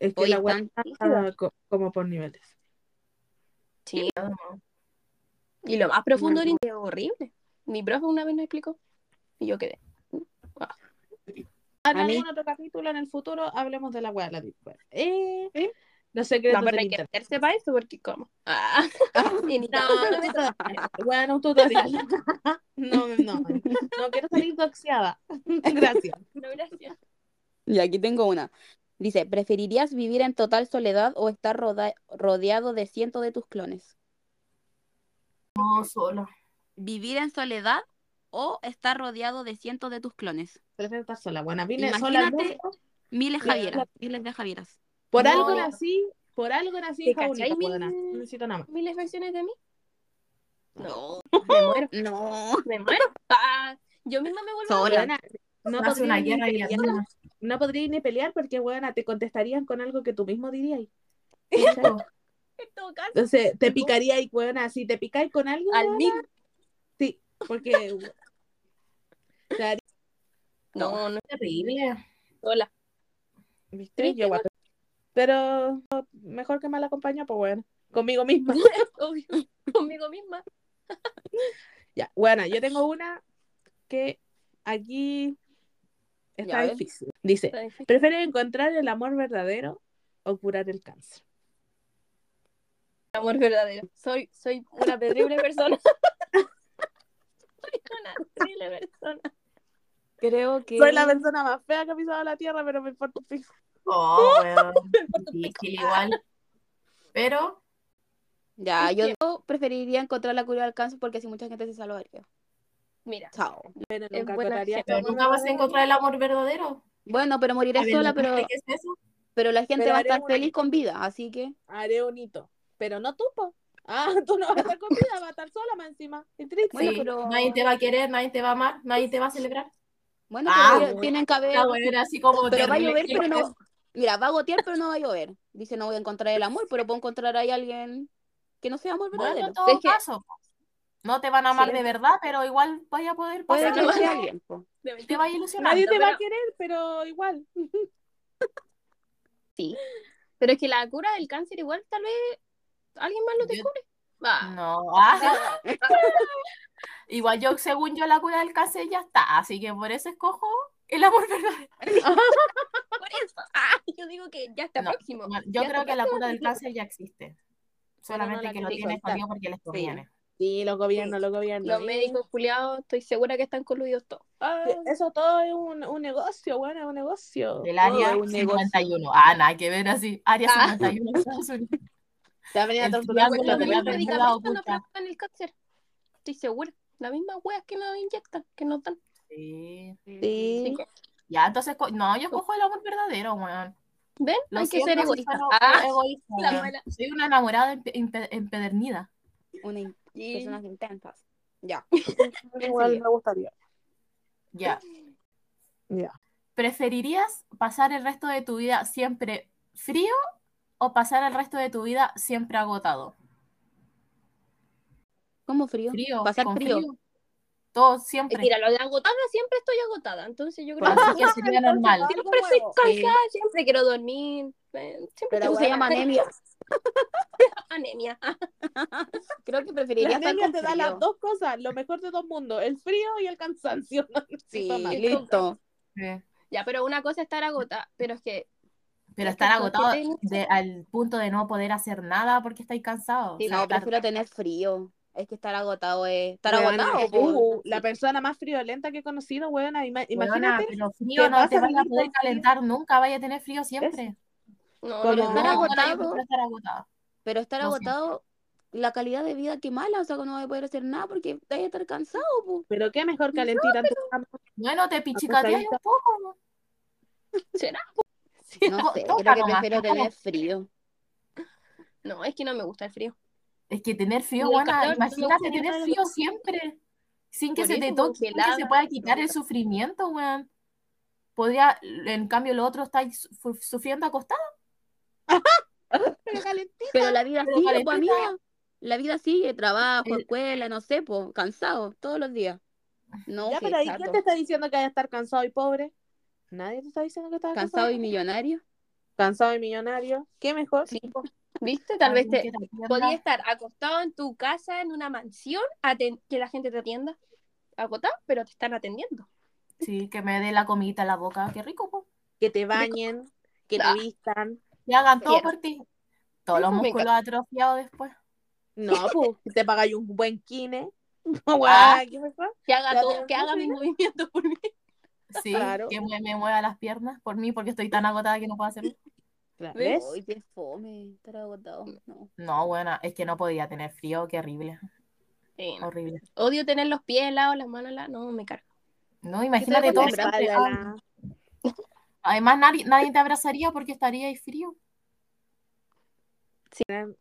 S1: es que
S3: Hoy
S1: la web
S3: están
S1: está co- como por niveles.
S2: Sí.
S5: No, no.
S2: Y lo más profundo del internet es horrible. Mi profe una vez nos explicó. Y yo quedé.
S1: En
S3: A mí-
S1: algún otro capítulo en el futuro hablemos de la web, la deep web. Eh, los secretos
S2: No, pero
S1: del
S2: hay que
S1: internet.
S2: meterse para eso porque ¿cómo? Ah. Y ni tanto.
S1: No, no me toques. Bueno, un tutorial. No, no. No quiero salir doxeada. Gracias.
S2: No, gracias.
S3: Y aquí tengo una. Dice, ¿preferirías vivir en total soledad o estar roda- rodeado de cientos de tus clones?
S5: No, solo.
S3: ¿Vivir en soledad o estar rodeado de cientos de tus clones?
S1: Prefiero estar sola. Bueno, vine sola al
S3: Imagínate-
S1: mundo.
S3: Miles
S1: Claro,
S3: Javieras,
S1: claro.
S3: miles de Javieras.
S1: Por
S5: No.
S1: algo así, por algo así,
S2: ¿Te
S1: hija bonita,
S2: cachai, mi-
S1: weona. No necesito nada más.
S2: ¿Miles versiones de mí?
S3: No,
S2: Me muero.
S3: no.
S2: Me muero. Ah, yo misma me vuelvo.
S3: Sola.
S1: Weona, No
S5: Nace una
S1: podría, ni
S5: guerra y la
S1: pelear, no podría ni pelear porque, bueno, te contestarían con algo que tú mismo dirías.
S5: Eso.
S2: En todo caso,
S1: Entonces, te picaría y, bueno, si te picáis con algo,
S2: Al
S1: weona,
S2: mismo.
S1: sí, porque te haría-
S2: No, no,
S5: Terrible.
S2: sola.
S1: ¿viste? Yo, bueno, pero mejor que mal acompaña, pues, bueno, conmigo misma.
S2: Obvio. Conmigo misma.
S1: Ya, bueno, yo tengo una que aquí está
S3: Ya, a ver.
S1: difícil. Dice,
S2: Está difícil.
S1: ¿prefieres encontrar el amor verdadero o curar el cáncer?
S2: Amor verdadero. Soy, soy una terrible persona. soy una terrible persona. Creo que.
S1: Soy la persona más fea que ha pisado la tierra, pero me importa un pico.
S5: Oh, weón. Difícil igual. Pero
S3: Ya,
S2: Es
S3: yo
S2: que-
S3: preferiría encontrar la cura del cáncer porque así mucha gente se salvaría.
S2: Mira,
S3: Chao.
S1: Pero
S2: Es
S1: nunca
S2: buena
S1: curaría
S2: gente.
S5: pero nunca vas a encontrar el amor verdadero.
S3: Bueno, pero moriré
S1: A ver,
S3: sola,
S1: ¿no?
S3: pero,
S5: ¿Qué es eso?
S3: pero la gente
S1: Pero
S3: va a
S1: haré
S3: estar
S1: una-
S3: feliz con vida, así que
S1: Haré un hito. Pero no tú, po. Ah, tú no vas a estar con vida, vas a estar sola más encima. Qué triste.
S3: Bueno,
S5: Sí,
S3: pero-
S5: Nadie te va a querer, nadie te va a amar, nadie te va a celebrar.
S3: bueno,
S5: Ah,
S3: pero
S5: bueno.
S3: tienen que haber,
S5: La weón era así como
S3: pero va a
S5: terrible.
S3: llover, pero no, mira, va a gotear, pero no va a llover. Dice, no voy a encontrar el amor, pero puedo encontrar ahí a alguien que no sea amor
S5: Bueno,
S3: verdadero.
S5: en todo
S2: Es que-
S5: caso. No te van a amar
S2: Sí.
S5: de verdad, pero igual vaya a poder
S3: Puede
S5: pasar.
S3: que sea alguien. po.
S2: de
S5: Te
S2: mentira.
S5: va a ilusionar.
S1: Nadie te va a
S2: pero-
S1: querer, pero igual.
S2: Sí. Pero es que la cura del cáncer igual tal vez alguien más lo
S4: Yo-
S2: descubre. Va.
S4: No. ah. Igual yo, según yo, la cura del cáncer ya está. Así que por eso escojo el amor verdadero.
S2: Por eso. Ah, yo digo que ya está
S4: No,
S2: próximo.
S4: Bueno, Yo
S2: Ya
S4: creo
S2: está
S4: que la
S2: próximo.
S4: cura del cáncer ya existe. Solamente
S2: la
S4: que lo
S2: quieren
S4: tiene
S2: cortar.
S4: escondido porque les conviene.
S1: Sí, los gobiernos, los gobiernos.
S2: Los
S1: Sí.
S2: médicos culiados, estoy segura que están coludidos todos. Ah,
S1: Eh, Eso todo es un, un negocio, bueno, es un negocio.
S4: Del
S1: Todo
S4: área
S1: es un negocio.
S4: 51. Ah, nada que ver así. Área
S2: Ah.
S4: 51. Estados Unidos.
S1: Te va a venir a
S4: El
S1: torturar
S4: triángulo
S1: con
S4: de
S1: los
S2: los
S4: Ah, la
S1: gobiernos.
S2: mismos
S4: verdad.
S2: medicamentos nos
S4: puta.
S2: provocan el cáncer. Estoy segura. La misma weas que nos inyectan, que nos dan.
S4: Sí.
S1: Sí.
S2: Chicos,
S4: Ya, entonces, co- no, yo escojo el amor verdadero, weón.
S2: ¿Ven?
S4: Lo
S2: Hay que
S4: siento
S2: ser
S4: si
S2: egoísta.
S4: sueno
S2: Ah,
S4: egoísta,
S2: la
S4: weón.
S2: mala.
S4: Soy una enamorada empe- empe- empedernida.
S3: Una in- personas intentas. Ya.
S1: Igual me gustaría.
S4: Ya.
S1: Ya.
S4: ¿Preferirías pasar el resto de tu vida siempre frío o pasar el resto de tu vida siempre agotado?
S3: ¿Cómo frío?
S4: Frío,
S3: Pasar
S4: con
S3: frío.
S4: Todo
S2: Es
S4: siempre.
S2: Eh, Mira, lo de agotada siempre estoy agotada, entonces yo creo
S4: Así que sería normal.
S2: siempre soy colgada, siempre quiero dormir, eh, siempre
S1: Pero
S3: Eso
S2: tengo
S3: se llama anemia.
S2: anemia. Ah,
S3: Creo que
S1: La
S3: preferiría estar
S1: anemia
S3: con
S1: te da las
S3: frío.
S1: dos cosas, lo mejor de dos mundos, el frío y el cansancio. No
S3: Sí,
S1: necesito más.
S3: listo.
S4: Sí.
S2: Ya, pero una cosa es estar agotada, pero es que
S4: Pero
S2: Es
S4: estar
S2: que porque
S4: agotado
S2: tengo-
S4: de- al punto de no poder hacer nada porque estáis cansados.
S3: Sí,
S4: O sea,
S3: no,
S4: estar-
S3: prefiero tener frío. Es que estar agotado es. Estar
S1: Weona,
S3: agotado. po.
S1: uh, la persona más friolenta que he conocido, weona, ima-
S4: Weona,
S1: imagínate.
S4: pero frío
S1: que
S4: no te
S1: pasas
S4: vas a
S1: el
S4: poder
S1: día-
S4: calentar nunca, vaya a tener frío siempre.
S2: no,
S1: Como
S2: pero
S4: No,
S2: estar
S4: no, yo
S3: agotado.
S4: prefiero estar agotada.
S3: Pero estar
S4: No siempre.
S3: agotado, la calidad de vida que mala, o sea, que no vas a poder hacer nada porque vas a estar cansado, po.
S1: Pero qué mejor calentita en tu cama.
S4: Bueno, te pichicateas
S1: Acostadita.
S4: un poco.
S2: ¿Será?
S3: No
S4: to-
S3: sé,
S4: toca
S3: creo que
S4: nomás,
S3: prefiero
S4: toca.
S3: tener frío.
S2: No, es que no me gusta el frío.
S4: Es que tener frío,
S2: Y el
S4: buena,
S2: calor, no me
S4: imagínate
S2: gusta
S4: tener
S2: nada.
S4: frío siempre, sin que
S2: Por
S4: se te
S2: eso,
S4: toque, sin que se
S2: congelada,
S4: pueda quitar el
S2: nunca.
S4: sufrimiento, weón. Podría, en cambio, lo otro está sufriendo acostado.
S1: Pero calentita.
S3: Pero la vida
S4: Pero
S3: sigue,
S4: calentita.
S3: po, amiga. La vida sigue, trabajo,
S4: El-
S3: escuela, no sé, po, cansado, todos los días. No,
S1: Ya,
S3: qué
S1: pero ahí,
S3: chato.
S1: ¿quién te está diciendo que hay que estar cansado y pobre? Nadie te está diciendo que estás
S3: Cansado y millonario.
S1: cansado y millonario. ¿Qué mejor?
S3: Sí, po.
S2: ¿Viste? Tal vez
S4: Alguien
S2: te
S4: que atienda.
S2: podías estar acostado en tu casa, en una mansión, aten- que la gente te atienda. Agotado, pero te están atendiendo.
S4: Sí, que me dé la comidita en la boca, qué rico, po.
S1: Que te bañen, que te
S2: Ah.
S1: vistan.
S4: Y hagan todo
S2: Quiero.
S4: por ti. Todos los
S2: Eso pues, me
S4: músculos atrofiados después.
S1: No, pues, que te pagáis un buen kine.
S2: Ah.
S1: ¿Qué mejor?
S2: Que haga
S1: Ya
S2: todo,
S1: te-
S2: que haga mis movimientos por mí.
S4: Sí,
S1: Claro.
S4: que me, me mueva las piernas por mí porque estoy tan agotada que no puedo hacerlo.
S1: Claro,
S2: ¿Ves?
S1: ¿Ves?
S3: Ay, qué fome, estar agotado. No.
S4: No, buena, es que no podía tener frío, qué horrible,
S2: Sí,
S1: Ah.
S2: no.
S4: horrible.
S2: Odio tener los pies helados, las manos heladas. No, me cargo.
S4: No, imagínate todo.
S1: La espalda,
S4: siempre-
S1: la-
S4: Además, nadie, nadie te abrazaría porque estaría ahí frío.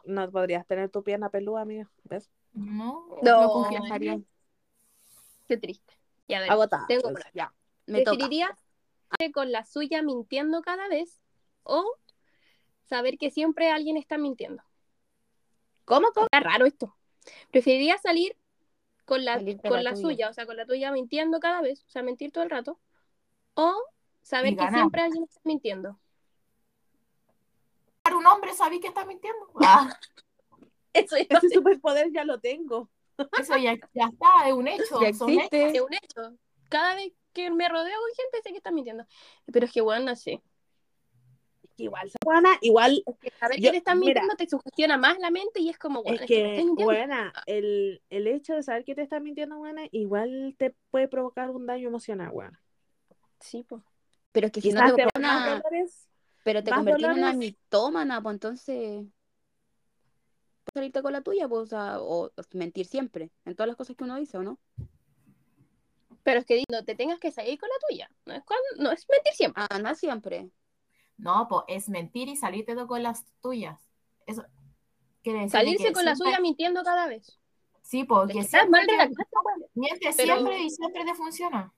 S1: No podrías tener tu pierna peluda, amiga. ¿Ves?
S4: No,
S2: No,
S4: lo congelaría.
S3: Estaría-
S2: Qué triste. Y a ver,
S1: Agotada.
S2: tengo
S1: pues.
S3: Ya, me toca.
S2: ¿Preferirías irte con la suya mintiendo cada vez o saber que siempre alguien está mintiendo?
S1: ¿Cómo, cómo?
S2: Está raro esto. ¿Preferirías salir con la,
S3: Salir de
S2: con la
S3: la tuya.
S2: suya, o sea, con la tuya mintiendo cada vez, o sea, mentir todo el rato, o saber
S4: Y
S2: que
S4: ganar.
S2: siempre alguien está mintiendo?
S4: Para un hombre, sabí que estás mintiendo. Ah,
S2: Eso es
S1: Ese superpoder ya lo tengo.
S4: eso ya, ya está, es un hecho.
S3: Ya
S4: son hechos.
S3: existe.
S2: un hecho. Cada vez que me rodeo con gente sé que está mintiendo. Pero es que, bueno, no sé.
S1: Igual, buena, igual
S2: Saber
S1: Yo-
S2: que te están
S1: mira.
S2: mintiendo te sugestiona más la mente y es como, bueno,
S1: es que, buena, el, el hecho de saber que te están mintiendo, buena, igual te puede provocar un daño emocional, buena.
S2: Sí, pues.
S3: Pero es que si no
S1: Quizás
S3: te,
S1: te
S3: vuelves
S1: van
S3: una-
S1: a dolores.
S3: pero te
S1: más
S3: convertís en una
S1: dolores.
S3: mitómana, pues entonces puedes salirte con la tuya, pues, o, sea, o mentir siempre, en todas las cosas que uno dice, ¿o no?
S2: Pero es que no te tengas que salir con la tuya. No es, cuando, no es mentir siempre.
S3: Ah, no siempre.
S4: No, pues es mentir y salirte tú con las tuyas. Eso quiere decir
S2: Salirse
S4: que
S2: con la
S4: siempre-
S2: suya mintiendo cada vez.
S4: Sí, porque
S2: Es que está mal
S4: siempre
S2: redactada esta wea.
S4: miente
S2: pero-
S4: siempre y siempre te funciona.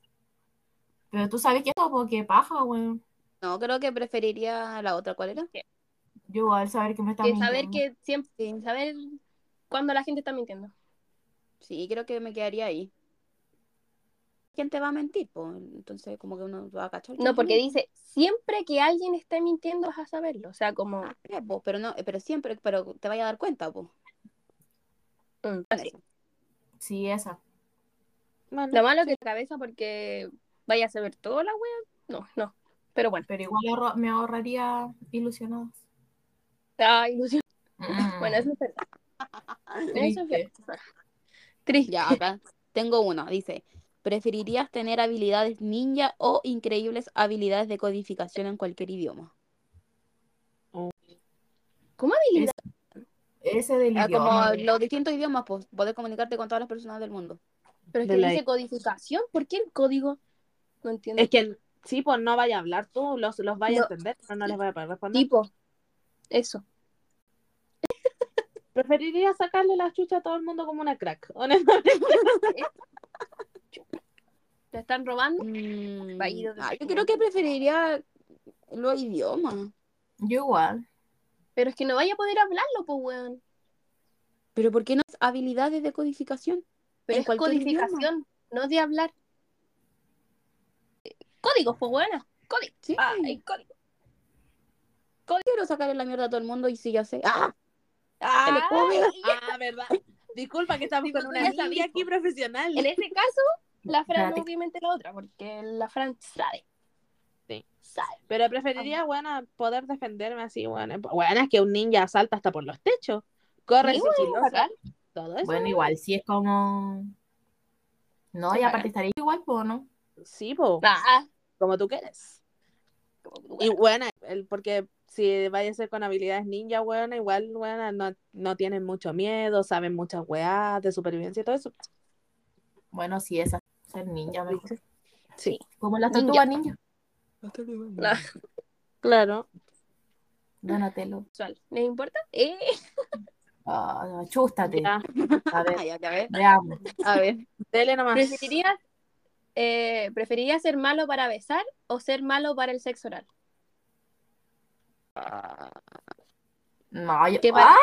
S4: Pero tú sabes que esto, porque paja, weón.
S3: No, creo que preferiría la otra, ¿cuál era?
S4: Yo igual saber que me estás
S2: Que saber
S4: mintiendo.
S2: que siempre,
S3: Sí,
S2: saber cuando la gente está mintiendo.
S3: sí, creo que me quedaría ahí. quién te va a mentir, pues. Entonces, como que uno va a cachar. quién
S2: No,
S3: te
S2: porque
S3: miente.
S2: dice, siempre que alguien esté mintiendo vas a saberlo. O sea, como...
S3: Ya, po, pero no, pero siempre, pero te vaya a dar cuenta, pues.
S2: mm, así.
S4: Sí, esa.
S1: Bueno,
S2: Lo malo que la cabeza porque vayas a ver toda la wea. No, no. Pero bueno.
S4: Pero igual ahorro- me ahorraría ilusionados.
S2: Ah, ilusión.
S4: Mm.
S2: Bueno, eso es verdad. Eso es
S4: Triste.
S2: verdad. Triste.
S3: Ya, acá tengo uno, dice, ¿preferirías tener habilidades ninja o increíbles habilidades de codificación en cualquier idioma?
S2: ¿Cómo habilidad?
S4: Ese del
S3: Ah, como
S4: idioma.
S3: los distintos idiomas, pues, poder comunicarte con todas las personas del mundo.
S2: Pero es
S1: de
S2: que
S1: la-
S2: dice codificación. ¿Por qué el código? No entiendo.
S1: es que sí, pues no vaya a hablar tú, los, los vaya
S2: No.
S1: a entender, pero no les vaya a poder responder.
S2: tipo. Eso.
S1: Preferiría sacarle la chucha a todo el mundo como una crack, honestamente.
S2: ¿Te están robando?
S3: Mm,
S2: Va, ¿y dónde
S3: ah,
S2: se
S3: yo creo que preferiría los idiomas.
S4: Yo igual.
S2: Pero es que no vaya a poder hablarlo, pues, weón.
S3: Pero ¿por qué no es habilidades de codificación?
S2: Pero
S3: En
S2: es
S3: cualquier idioma.
S2: codificación, no de hablar. Eh, Códigos, pues, weona. Códigos.
S3: Sí.
S2: Ah, hay códigos.
S3: Quiero sacarle la mierda a todo el mundo y si ya sé. ¡Ah!
S2: Ah,
S3: Telecómica.
S1: Ah, verdad. Disculpa que estamos con una
S2: Ya sabí,
S1: niña aquí
S2: po.
S1: profesional.
S2: En ese caso, la Fran
S4: Espérate.
S2: obviamente la otra, porque la Fran sabe.
S1: Sí.
S2: Sabe.
S1: Pero preferiría, bueno, poder defenderme así, bueno. Bueno, es que un ninja salta hasta por los techos. Corre
S2: Sí, bueno,
S1: sigiloso,
S2: bacán.
S1: todo eso.
S4: Bueno, igual, si es como. No,
S2: Sí,
S4: y
S2: bacán.
S4: aparte estaría igual, po, ¿no?
S1: Sí, po,
S2: Ah,
S1: como tú quieres.
S2: como-
S1: Y bueno, el- porque si vaya a ser con habilidades ninja, bueno, igual, bueno, no, no tienen mucho miedo, saben muchas weas de supervivencia y todo eso.
S4: Bueno, si esa. Ser ninja mejor.
S1: Sí.
S4: Como las
S2: Ninja.
S4: tortugas ninja.
S2: La-
S1: Claro.
S4: Donatelo.
S2: sexual. ¿Les importa? Eh,
S4: Ah, chústate.
S1: Ya.
S4: A ver,
S3: Ay, acabé.
S4: veamos.
S3: A ver,
S1: Dele nomás.
S2: ¿preferirías, eh, ¿Preferirías ser malo para besar o ser malo para el sexo oral?
S4: No, yo.
S2: Que para-
S4: ¡Ah!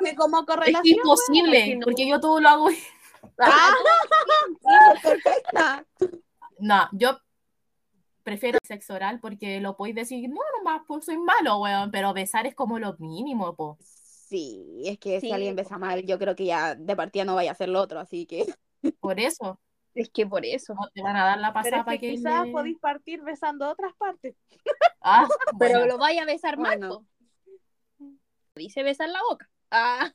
S1: ¿Qué- pues? ¿Cómo
S4: Es
S1: correlación?
S4: que imposible,
S2: es que no.
S4: porque yo todo lo hago.
S1: Ah,
S4: No, yo prefiero el sexo oral porque lo podéis decir, no, nomás, pues soy malo, weón, pero besar es como lo mínimo, po.
S3: sí, es que
S2: Sí,
S3: si alguien
S2: po.
S3: besa mal, yo creo que ya de partida no vaya a ser lo otro, así que
S4: Por eso,
S2: Es que por eso.
S4: no te van a dar la
S1: pero
S4: pasada
S1: es
S4: para
S1: que
S4: que.
S1: quizás
S4: le-
S1: podéis partir besando otras partes.
S4: Ah,
S2: Pero
S4: bueno,
S2: lo vaya a besar mal,
S3: Bueno.
S2: po. Dice besar la boca. Ah,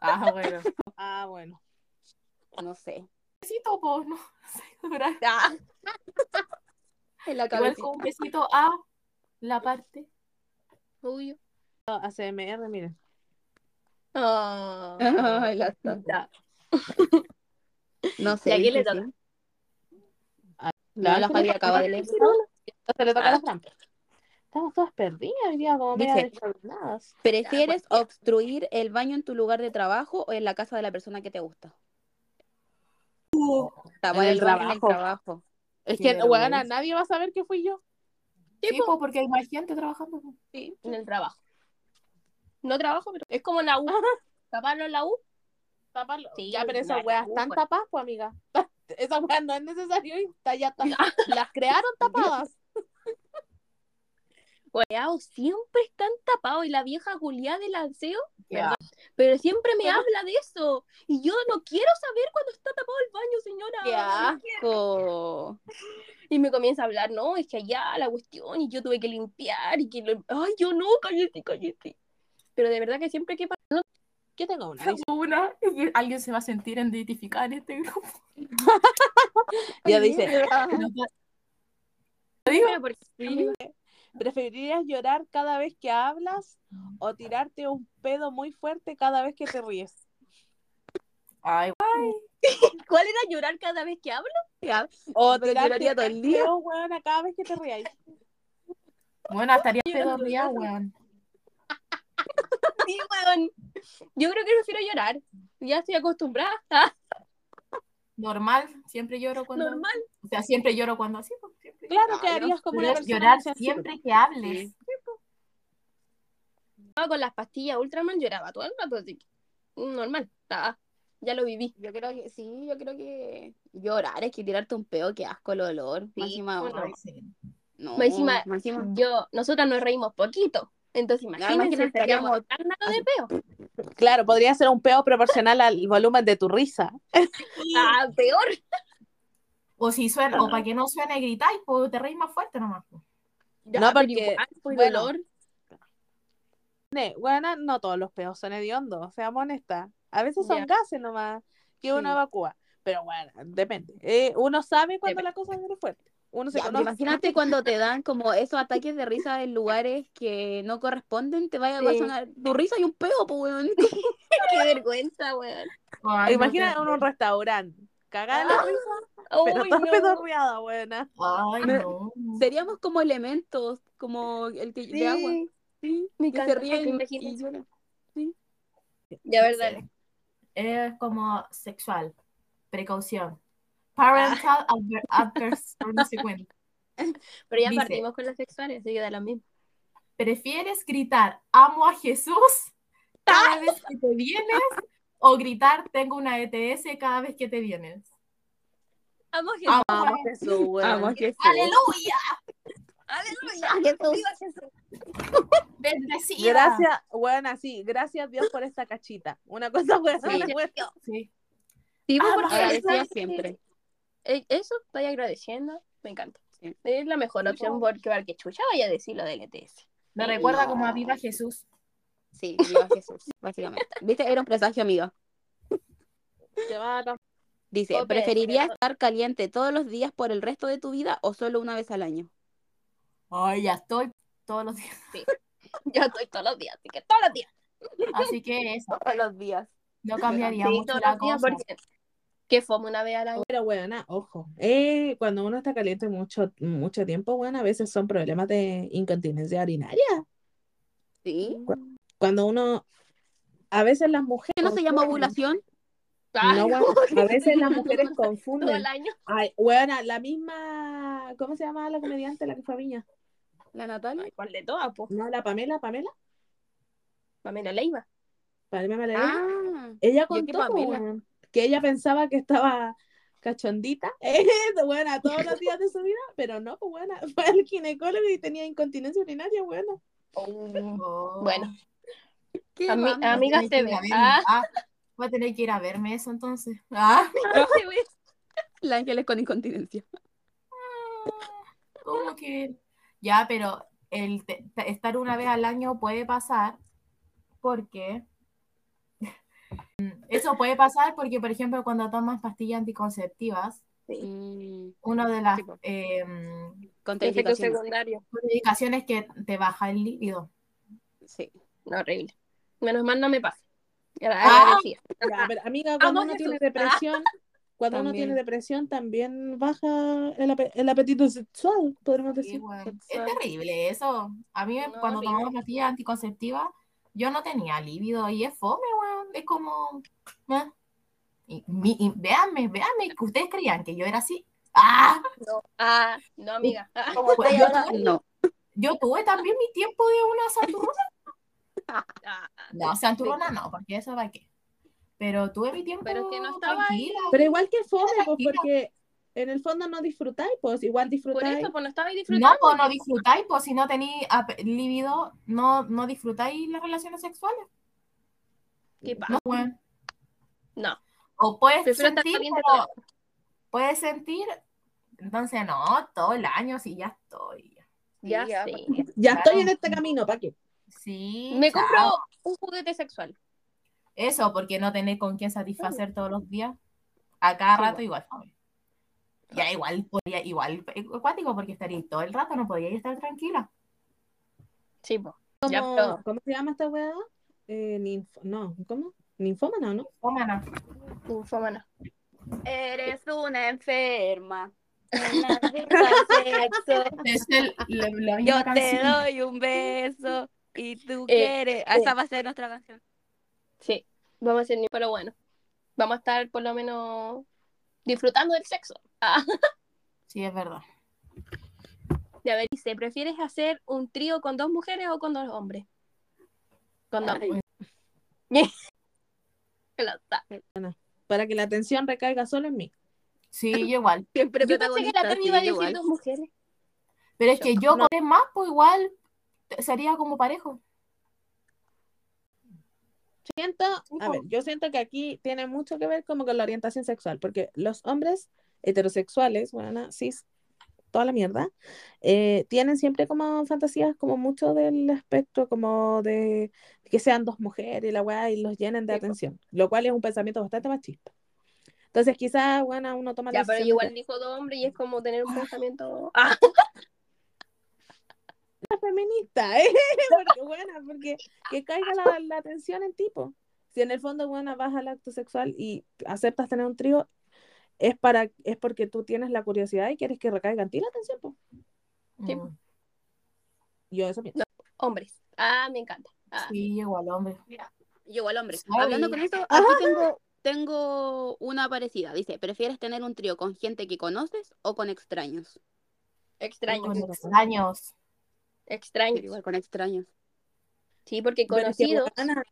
S4: ah, bueno.
S1: Ah, bueno.
S3: no sé.
S4: Besito, po, no. Sexo oral.
S2: ah. En la
S4: Igual
S2: cabeza.
S4: con un besito a la parte.
S2: Uy.
S1: No, ACMR, miren.
S2: Ah.
S3: Ay, la tonta. No sé.
S2: ¿Y a quién le
S3: dice,
S2: toca?
S3: sí. No, la Fabi acaba de leer.
S1: Entonces le toca
S2: Ah.
S1: las trampas. Estamos todas perdidas, hoy día como medio
S3: Dice-
S1: descoordinadas.
S3: ¿Prefieres obstruir el baño en tu lugar de trabajo o en la casa de la persona que te gusta? Tapar
S1: en
S3: el
S1: el
S3: baño en el
S1: trabajo.
S3: trabajo.
S1: Es
S4: Qué
S1: que,
S4: vergüenza.
S1: weona, nadie va a saber que fui yo.
S4: Sí, po, porque hay más gente trabajando. po.
S2: en el trabajo. No trabajo, pero es como en la U. Taparlo en la U.
S1: Taparlo.
S2: Sí,
S1: ya, pero esas
S2: claro,
S1: weas
S2: uh,
S1: están
S2: bueno.
S1: tapadas, pues, amiga. Esas weas no es necesario y está ya tapadas. Las crearon tapadas.
S2: Weao, siempre están tapados y la vieja culiada del aseo,
S4: Ya.
S2: pero siempre me habla de eso. Y yo no quiero saber cuando está tapado el baño, señora.
S3: ¡Qué asco!
S2: Y me comienza a hablar, no, es que allá la cuestión y yo tuve que limpiar y que... lo- Ay, yo no, cállate, cállate. Pero de verdad que siempre que pasa...
S1: Yo tengo una. dice.
S4: Una, y alguien se va a sentir identificada en este grupo.
S1: Ya dice,
S4: No,
S2: Pero porque-
S1: ¿preferirías llorar cada vez que hablas o tirarte un pedo muy fuerte cada vez que te ríes?
S4: Ay,
S2: ¿Cuál era llorar cada vez que hablo?
S1: O
S3: Pero
S1: tirarte
S3: lloraría todo el día.
S1: pedo, weona, cada vez que te rías.
S4: bueno, estaría pedorría, weón.
S2: Sí, weón. Yo creo que prefiero llorar. Ya estoy acostumbrada. Ah,
S4: Normal, siempre lloro cuando.
S2: Normal.
S4: O sea, siempre lloro cuando así. pues, siempre.
S1: Claro que
S3: Ay,
S1: harías como
S4: Pero
S1: una
S4: es
S1: persona
S4: llorar
S1: sensible.
S4: siempre que hables.
S2: Estaba con las pastillas Ultraman, lloraba todo el rato, así que, mm, Normal. Ah, ya lo viví.
S3: Yo creo que sí, yo creo que llorar es que tirarte un peo, que asco el olor. más encima,
S5: Bueno,
S3: no,
S5: sí.
S3: no,
S2: Más encima-
S3: Oh, más encima.
S2: Yo, nosotras nos reímos poquito. Entonces imagínate que
S3: imagínate,
S2: nos estaríamos
S3: estaríamos-
S2: escándalo de peo.
S1: Claro, podría ser un peo proporcional al volumen de tu risa.
S2: Ah, peor.
S4: O si suena, o para que no suene gritáis, pues te reís más fuerte nomás. po.
S2: Ya,
S1: No,
S2: pero
S1: porque,
S2: igual, fue
S1: bueno.
S2: dolor.
S1: Ne- Bueno, no todos los peos son hediondos, seamos honestas. A veces son
S2: Ya.
S1: gases nomás que uno
S2: Sí.
S1: evacúa. Pero bueno, depende. Eh, uno sabe cuando
S2: Depende.
S1: la cosa es fuerte. Uno se
S3: Ya,
S1: conoce.
S3: imagínate cuando te dan como esos ataques de risa en lugares que no corresponden, te vaya
S2: Sí.
S3: a sonar tu risa y un peo, po, weón.
S2: Qué vergüenza, weón.
S4: Ay, no,
S1: Imagina
S4: qué-
S1: en un restaurante. Cagada la risa, pero
S2: Uy,
S1: toda
S2: no.
S1: pedorreada, buena.
S4: Ay,
S3: Me-
S4: no.
S3: Seríamos como elementos, como el que de agua.
S2: Sí, sí, me
S3: Que se
S2: encanta. Ay,
S3: ríen
S2: imagínate.
S3: y Ah, lloran.
S2: Ya,
S4: Sí.
S2: verdad.
S4: Es como sexual.
S2: Ah.
S4: Precaución. Parental adver- adversary consequence.
S2: Pero ya
S4: Dice-
S2: partimos con las sexuales, así que da lo mismo.
S4: ¿Prefieres gritar amo a Jesús cada vez que te vienes o gritar tengo una ETS cada vez que te vienes?
S2: Amo a Jesús.
S4: Amo a
S1: Vamos, Jesús, weón.
S3: Amo a Jesús.
S4: ¡Aleluya!
S2: Ah, Aleluya. Viva Jesús.
S4: ¡Bendecida!
S1: Gracias, buena, sí, gracias Dios por esta cachita. Una cosa buena,
S2: Sí.
S1: una buena.
S4: Sí.
S2: Sí, pues,
S4: Amo
S2: porque
S4: a
S2: esa-
S3: Agradecida siempre.
S2: eh, Eso estoy agradeciendo. Me encanta.
S3: Sí.
S2: Es la mejor
S4: Sí,
S2: opción
S4: po.
S2: porque que chucha vaya a decir lo del E ETS.
S4: Me recuerda como a Viva Jesús.
S3: Sí, viva Jesús, básicamente. Viste, era un presagio, amigo.
S1: Te va a dar-
S3: Dice,
S2: Ok,
S3: ¿preferirías
S2: pero-
S3: estar caliente todos los días por el resto de tu vida o solo una vez al año?
S4: Ay, ya estoy todos los días.
S2: Yo estoy todos los días, así que todos los días.
S4: Así que eso,
S3: Todos los días.
S4: no cambiaría
S2: Sí,
S4: mucho
S2: todos
S4: la
S2: los días,
S4: cosa.
S2: porque que fome una vez al año.
S1: Pero buena, ojo. Eh, cuando uno está caliente mucho, mucho tiempo, bueno, a veces son problemas de incontinencia urinaria.
S3: Sí.
S1: Cuando uno, a veces las mujeres.
S3: ¿Qué no se llama
S1: confunden.
S3: ovulación?
S2: Ay,
S1: No, weona, a veces las mujeres
S2: todo
S1: confunden.
S2: el año.
S1: Ay, buena, la misma, ¿cómo se llama la comediante la que fue a Viña?
S3: ¿La Natalia?
S2: Ay, ¿Cuál de todas, po?
S1: No, la Pamela, Pamela,
S2: Pamela Leiva.
S1: Pamela Valera.
S3: Ah,
S1: Ella
S3: yo que
S1: contó
S3: Pamela.
S1: weón, que ella pensaba que estaba cachondita, eh, buena, todos los días de su vida, pero no, pues, buena, fue al ginecólogo y tenía incontinencia urinaria, buena.
S4: Oh.
S2: Bueno,
S3: qué
S2: Ami-
S3: banda.
S4: Voy a
S2: amigas
S4: tener que
S2: te
S4: ir a
S2: ven.
S4: verme.
S2: Ah,
S4: Ah, voy a tener que ir a verme eso entonces. Ah,
S2: te ven.
S3: La Ángeles con incontinencia.
S4: ¿cómo que? Ya, pero el te- te- estar una vez al año puede pasar porque... Eso puede pasar porque, por ejemplo, cuando tomas pastillas anticonceptivas,
S3: Mm,
S4: una de las
S3: Sí, po.
S4: em,
S2: Efecto
S3: contraindicaciones.
S2: secundario.
S4: contraindicaciones que te baja el líbido.
S3: Sí.
S2: No, horrible. Menos mal no me pasa. Era
S4: Ah.
S2: agradecida.
S1: Ya, pero, amiga, cuando
S2: Amo
S1: uno
S2: Jesús.
S1: tiene depresión, cuando uno
S3: También.
S1: tiene depresión también baja el, ape- el apetito sexual, podríamos
S4: Sí,
S1: decir.
S4: weón. Es
S3: sexual.
S4: terrible eso. A mí me-
S2: No,
S4: cuando
S2: horrible.
S4: tomaba pastillas anticonceptivas, yo no tenía líbido y es fome, weón. Es como... ah. Y, mi- y véanme, véanme, que ustedes creían que yo era así. ¡Ah!
S2: No. Ah, no, amiga. Ah,
S4: Pues yo, tuve,
S3: No.
S4: yo tuve también mi tiempo de una santurrona.
S2: ah, ah.
S4: No, santurrona no, porque eso va qué. Pero tuve mi tiempo
S2: Pero que no estaba ahí.
S4: tranquila.
S1: Pero igual que fome, pues,
S4: Tranquila.
S1: porque en el fondo no disfrutáis, pues igual
S2: Por
S1: disfrutáis.
S2: eso, pues no estaba ahí
S4: No,
S2: disfrutando.
S4: pues no disfrutáis, pues si no tenéis ap- líbido, no, no disfrutáis las relaciones sexuales.
S2: ¿Qué
S4: No,
S2: pasa?
S4: weón.
S2: Ah. No.
S4: O puedes
S2: Prefiero estar
S4: sentir,
S2: caliente
S4: pero puedes sentir, entonces no, todo el año sí ya estoy.
S2: Ya
S3: Sí, ya,
S2: sé.
S1: Ya
S4: Claro.
S1: estoy en este camino, ¿para qué?
S4: Sí.
S2: Me
S4: chao.
S2: compro un juguete sexual.
S4: Eso, porque no tenés con quién satisfacer todos los días. A cada
S2: Sí,
S4: rato igual. fome. Ya igual podía, igual acuático, porque estaría todo el rato, no podía estar tranquila.
S2: Sí, pues. Ya,
S1: Como,
S2: pero-
S1: ¿Cómo se llama esta weá? Eh, ninf- no, ¿cómo? Ninfómana, ¿no?
S4: Tómala.
S2: Ninfómana.
S3: Eres una enferma. Una adicta al sexo.
S4: Es el- la, la misma
S3: Yo te
S4: canción.
S3: doy un beso y tú
S2: Eh,
S3: quieres. Ah,
S2: eh.
S3: Esa va a ser nuestra canción.
S2: Sí, vamos a ser ni pero bueno. Vamos a estar por lo menos disfrutando del sexo. Ah,
S4: Sí, es verdad.
S2: y a ver, dice, ¿prefieres hacer un trío con dos mujeres o con dos hombres?
S3: Ah.
S2: Con dos.
S3: Ay.
S2: Claro, está.
S1: para que la atención recaiga solo en mí.
S4: Sí, yo igual.
S3: Siempre
S2: Yo pensé que la
S3: protagonista,
S2: Tami
S3: sí,
S2: iba a
S3: yo
S2: decir
S3: igual.
S2: dos mujeres.
S4: Pero es que yo con tres más, pues igual sería como parejo.
S1: Siento, a ver, yo siento que aquí tiene mucho que ver como con la orientación sexual, porque los hombres heterosexuales, bueno, cis, toda la mierda, eh, tienen siempre como fantasías como mucho del espectro como de que sean dos mujeres y la weá y los llenen de
S2: Sí, po.
S1: atención, lo cual es un pensamiento bastante machista. Entonces quizás, bueno, uno
S3: Ah,
S1: toma la
S2: Ya, pero
S1: decisión
S2: igual
S1: de
S2: dijo dos hombres y es como tener un pensamiento. Ah,
S1: ser feminista, ¿eh? Porque, bueno, porque que caiga la, la atención en tipo. Si en el fondo, bueno, vas al acto sexual y aceptas tener un trío, es, para, es porque tú tienes la curiosidad y quieres que recaiga en ti la atención. po.
S2: Sí.
S4: Mm,
S1: Yo eso pienso.
S2: hombres. Ah, me encanta. Ah,
S4: Sí, yo igual, hombre.
S3: Yo al hombre.
S4: Sorry.
S3: Hablando con esto, aquí tengo, tengo una parecida. Dice, ¿prefieres tener un trío con gente que conoces o con extraños?
S2: extraño.
S4: Con extraños.
S3: Pero
S2: Extraño.
S3: igual con extraños.
S2: Sí, porque
S1: Pero es que,
S2: conocido
S1: weona,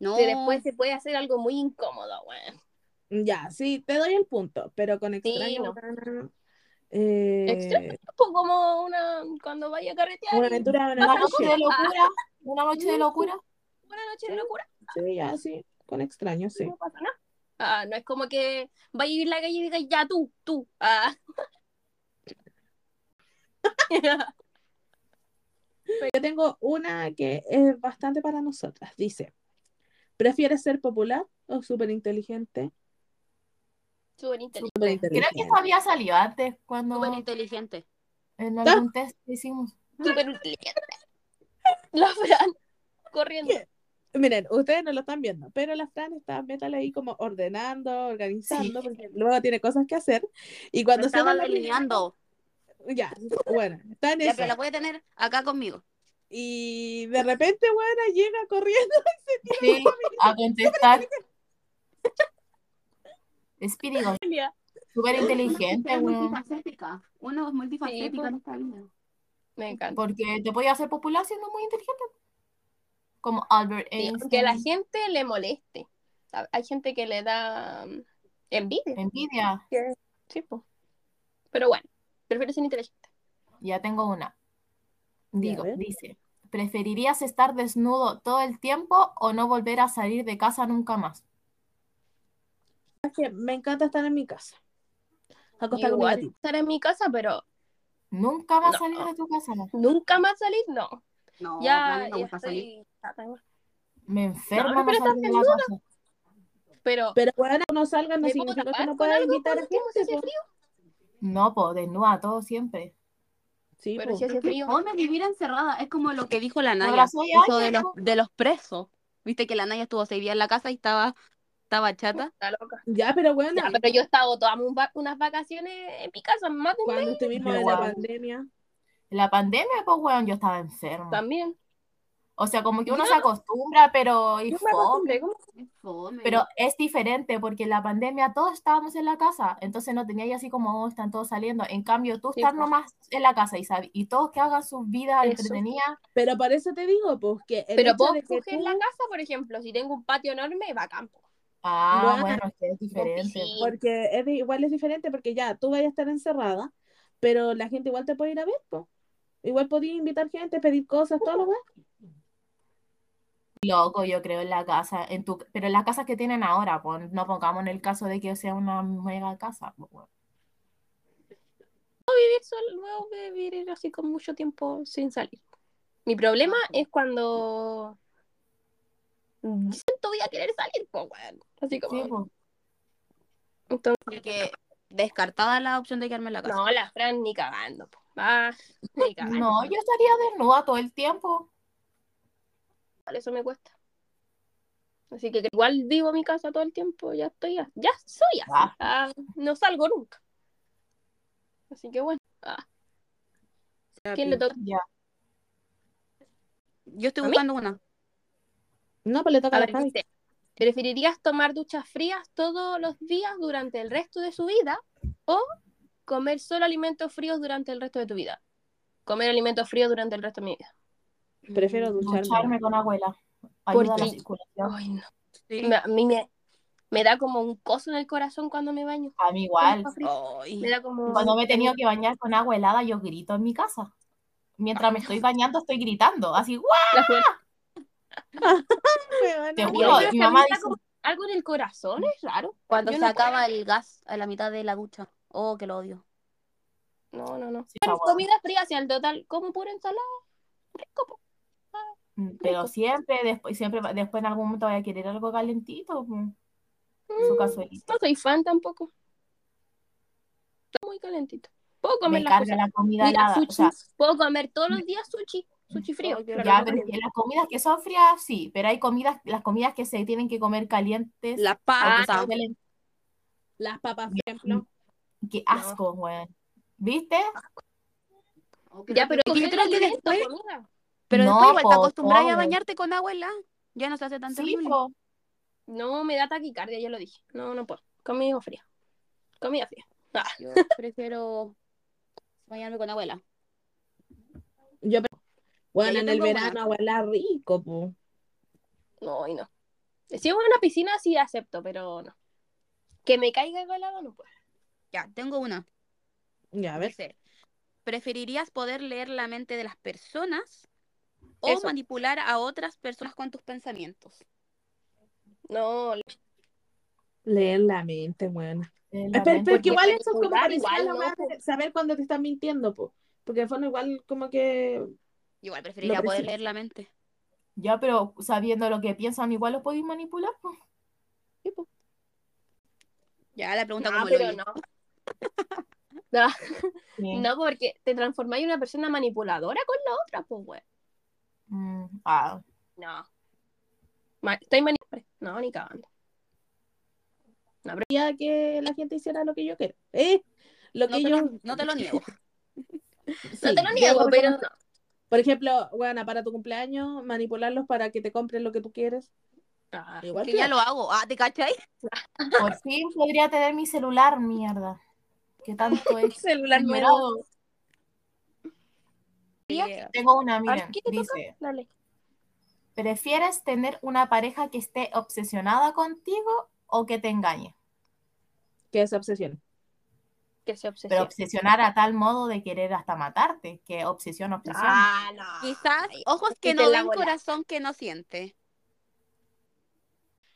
S3: No,
S2: que después se puede hacer algo muy incómodo, weón.
S1: ya, sí, te doy el punto, pero con extraños.
S2: no.
S1: weona, eh,
S2: Extraños. Tipo pues, como una cuando vaya a carretear.
S1: una
S2: y-
S1: aventura, una
S4: Una
S1: noche.
S4: noche de locura. Una noche de locura.
S2: Una noche de locura.
S1: Sí, ya, sí, con extraños, sí.
S2: No pasa nada. Ah, no es como que vaya a ir la calle y diga ya tú, tú. Ah.
S1: Yo tengo una que es bastante para nosotras. Dice, ¿prefieres ser popular o súper inteligente?
S2: Súper inteligente.
S4: Creo que esto había salido antes, cuando
S3: súper inteligente.
S4: en algún test que hicimos.
S2: Súper inteligente. La Fran corriendo.
S1: Miren, ustedes no lo están viendo, pero la Fran está métale ahí como ordenando, organizando, porque luego tiene cosas que hacer. Y
S3: Me
S1: cuando se
S3: estaba
S1: va la-
S3: delineando.
S1: Ya, bueno, está en
S3: Ya,
S1: eso.
S3: pero la puede tener acá conmigo.
S1: Y de repente, bueno, llega corriendo.
S4: Sí, a contestar. Es pirigo,
S2: Julia.
S4: súper inteligente, weón.
S3: multifacética. Uno es
S2: Sí, pues.
S3: en esta vida.
S2: Me encanta.
S4: Porque te podía hacer popular siendo muy inteligente. Como Albert
S2: Sí,
S4: Einstein.
S2: que la gente le moleste. ¿sabes? Hay gente que le da mm, envidia.
S4: Envidia.
S2: Sí, po. Pero bueno, prefiero ser inteligente.
S4: Ya tengo una. Digo,
S1: ver.
S4: dice, ¿preferirías estar desnudo todo el tiempo o no volver a salir de casa nunca más?
S1: Es que me encanta estar en mi casa. Acostada con mi
S2: Igual
S1: gatito.
S2: estar en mi casa, pero
S4: Nunca más
S2: No.
S4: salir de tu casa.
S2: nunca más salir, no.
S3: No, a
S2: ya,
S3: mí no me
S2: ya
S3: gusta
S2: estoy
S3: salir.
S2: chata, igual.
S4: Me enferma
S2: No,
S4: no
S2: pero
S4: salir de la casa.
S2: Pero
S1: Pero bueno, no salgan, no
S2: ¿me puedo
S1: significa que
S2: tapar
S1: no
S2: con
S1: pueda
S2: algo
S1: invitar a
S2: por último si hace
S1: gente. po.
S2: frío?
S4: No, po, desnuda todo siempre.
S1: Sí,
S2: Pero
S1: po.
S2: si hace frío.
S3: Ponme vivir encerrada. Es como lo que dijo la Naya.
S4: abrazó ya,
S3: Eso de
S4: ya,
S3: los, de los presos. Viste que la Naya estuvo seis días en la casa y estaba, estaba chata.
S2: Está loca.
S1: Ya, pero bueno,
S2: Ya, pero yo he estado todas un va- unas vacaciones en mi casa, más de un mes
S1: cuando estuvimos
S4: Qué
S1: en la
S4: guau.
S1: pandemia.
S4: La pandemia, pues, weón, yo estaba enferma.
S2: también.
S4: O sea, como que uno se acostumbra, pero... y
S2: Yo me
S4: fome.
S2: acostumbré, como-
S4: Pero es diferente porque en la pandemia todos estábamos en la casa, entonces no tenía ya así como "Oh, están todos saliendo. En cambio, tú
S2: Sí,
S4: estás
S2: pues.
S4: nomás en la casa y, sab- y todos que hagan sus vidas
S2: Eso.
S4: entretenidas.
S1: Pero por eso te digo, pues que el
S2: Pero
S1: hecho
S2: puedo
S1: de que
S2: escoger
S1: tú-
S2: la casa, por ejemplo, si tengo un patio enorme, va a campo.
S4: Ah,
S1: Bueno,
S4: bueno, es que es diferente.
S2: piscina.
S1: porque es de- igual es diferente, porque ya tú vas a estar encerrada, pero la gente igual te puede ir a ver, pues. Igual podías invitar gente, pedir cosas, todo lo demás.
S4: Loco, yo creo en la casa, en tu, pero en las casas que tienen ahora, pues, no pongamos en el caso de que sea una mega casa. pues, bueno.
S2: Vivir solo, luego vivir así con mucho tiempo sin salir. Mi problema es cuando siento voy a querer salir, pues, weón. Así como,
S4: Sí, pues.
S2: entonces,
S3: Porque descartada la opción de quedarme en la casa.
S2: no, la Fran ni cagando, po. Ah, ni cagando.
S4: No, yo estaría desnuda todo el tiempo.
S2: Igual eso me cuesta. Así que igual vivo en mi casa todo el tiempo, ya estoy, a- ya soy así.
S4: Ah.
S2: Ah, no salgo nunca. Así que bueno, ah. ¿quién le toca?
S4: Ya.
S3: Yo estoy
S2: ¿A mí?
S3: buscando una.
S1: No, pues le toca
S2: A
S1: a la
S2: ver,
S1: Javi.
S2: dice, ¿preferirías tomar duchas frías todos los días durante el resto de su vida o comer solo alimentos fríos durante el resto de tu vida? Comer alimentos fríos durante el resto de mi vida.
S1: Prefiero
S3: Mm,
S1: ducharme.
S4: Ducharme con abuela. Ayuda a la
S2: Porque-
S4: circulación.
S2: Ay, no.
S3: sí.
S2: Me- A mí me Me da como un coso en el corazón cuando me baño.
S4: A mí igual.
S2: Me da como...
S4: Cuando me he tenido que bañar con agua helada, yo grito en mi casa. Mientras me estoy bañando, estoy gritando. Así, ¡guau!
S2: la jue-
S4: Te
S2: Yo
S4: juro,
S2: creo
S4: mi
S2: que a mí
S4: mamá
S2: me da
S4: dice,
S2: como Algo en el corazón es raro.
S3: Cuando
S2: Yo
S3: se
S2: no
S3: acaba el gas a la mitad de la ducha. Oh, que lo odio.
S2: No, no, no.
S4: Sí, está bueno.
S2: Comida fría, si al total como pura ensalada. Rico, po.
S4: Mm, Pero siempre, después, siempre, va- después en algún momento vaya a querer algo calentito, mm, su cazuelita.
S2: No soy fan tampoco. Está muy calentito. Puedo
S4: Me
S2: comer las
S4: carga
S2: cosas.
S4: la comida
S2: Mira,
S4: helada. o
S2: sushi.
S4: sea,
S2: Puedo comer todos los días sushi. Sushi frío.
S3: Ay, Oh, qué
S2: claro.
S4: ya, pero es que las comidas que son frías, sí, pero hay comidas, las comidas que se tienen que comer calientes,
S1: La
S4: aunque
S1: papa,
S3: Ah,
S4: sean calen-
S1: las papas, por ejemplo.
S4: qué asco, weón. ¿Viste?
S3: Oh, qué
S2: Ya, pero
S3: rico. Es que yo
S2: comer
S3: creo que
S2: alimento,
S3: después,
S2: comida.
S3: pero
S4: No,
S3: después igual te
S4: po,
S3: acostumbras a
S4: obvio.
S3: bañarte con agua helada. Ya no se hace tan
S4: Sí,
S3: Ah, terrible.
S4: po.
S2: No, me da taquicardia, ya lo dije. No, no puedo. Comida fría. Comida fría.
S3: Yo prefiero bañarme con abuela.
S1: Bueno, en
S3: yo
S1: el
S3: tengo una.
S1: verano, abuela, rico, po.
S2: No, y no. Si es una piscina, sí acepto, pero no. Que me caiga el helado, no puedo.
S3: Ya, tengo una.
S1: Ya, a ver.
S3: Dice, ¿preferirías poder leer la mente de las personas o
S2: Eso.
S3: manipular a otras personas con tus pensamientos?
S2: No,
S1: Leer la mente, buena.
S4: Eh, la
S1: Espera,
S4: mente-
S1: espera, que igual
S2: porque
S1: eso es como
S2: manipular
S1: parecido a la
S2: igual,
S1: weá
S2: ¿no?
S1: de saber cuándo te están mintiendo, po. Porque en el fondo igual como que
S3: Igual preferiría poder
S1: prefiero.
S3: leer la mente.
S4: Ya, pero sabiendo lo que piensan, igual los podéis manipular, po.
S3: Ya, la pregunta
S2: No,
S3: como el
S2: Ah, pero
S3: hoyo.
S2: no.
S4: Sí.
S2: No, porque te transformáis en una persona manipuladora con la otra, pues, weón.
S4: Mm, ah,
S2: No. Ma- estoy manipulando. No, ni cagando.
S1: quería que la gente hiciera lo que yo quiero. ¿Eh? Lo
S3: No
S1: que
S3: te,
S1: yo.
S3: lo, no te lo niego.
S2: No
S1: sí,
S2: te lo
S1: yo,
S2: niego,
S1: por
S2: pero
S1: ejemplo,
S2: no.
S1: Por ejemplo, bueno, para tu cumpleaños, manipularlos para que te compren lo que tú quieres.
S2: Ah,
S1: Igual
S3: que
S1: que
S3: ya lo hago. Ah, ¿te cachai?
S4: por fin podría tener mi celular, mierda. ¿Qué tanto es?
S2: celular
S4: numerado?
S2: Dale.
S4: Tengo una, miren,
S2: ¿qué te toca?
S4: dice. ¿Prefieres tener una pareja que esté obsesionada contigo o que te engañe?
S1: que es obsesión.
S2: Que se
S4: Pero
S2: obsesiona.
S4: obsesionar a tal modo de querer hasta matarte, que obsesión, obsesión.
S2: Ah, no.
S3: Quizás ojos
S2: te
S3: que no
S2: la
S3: ven,
S2: volá.
S3: corazón que no siente.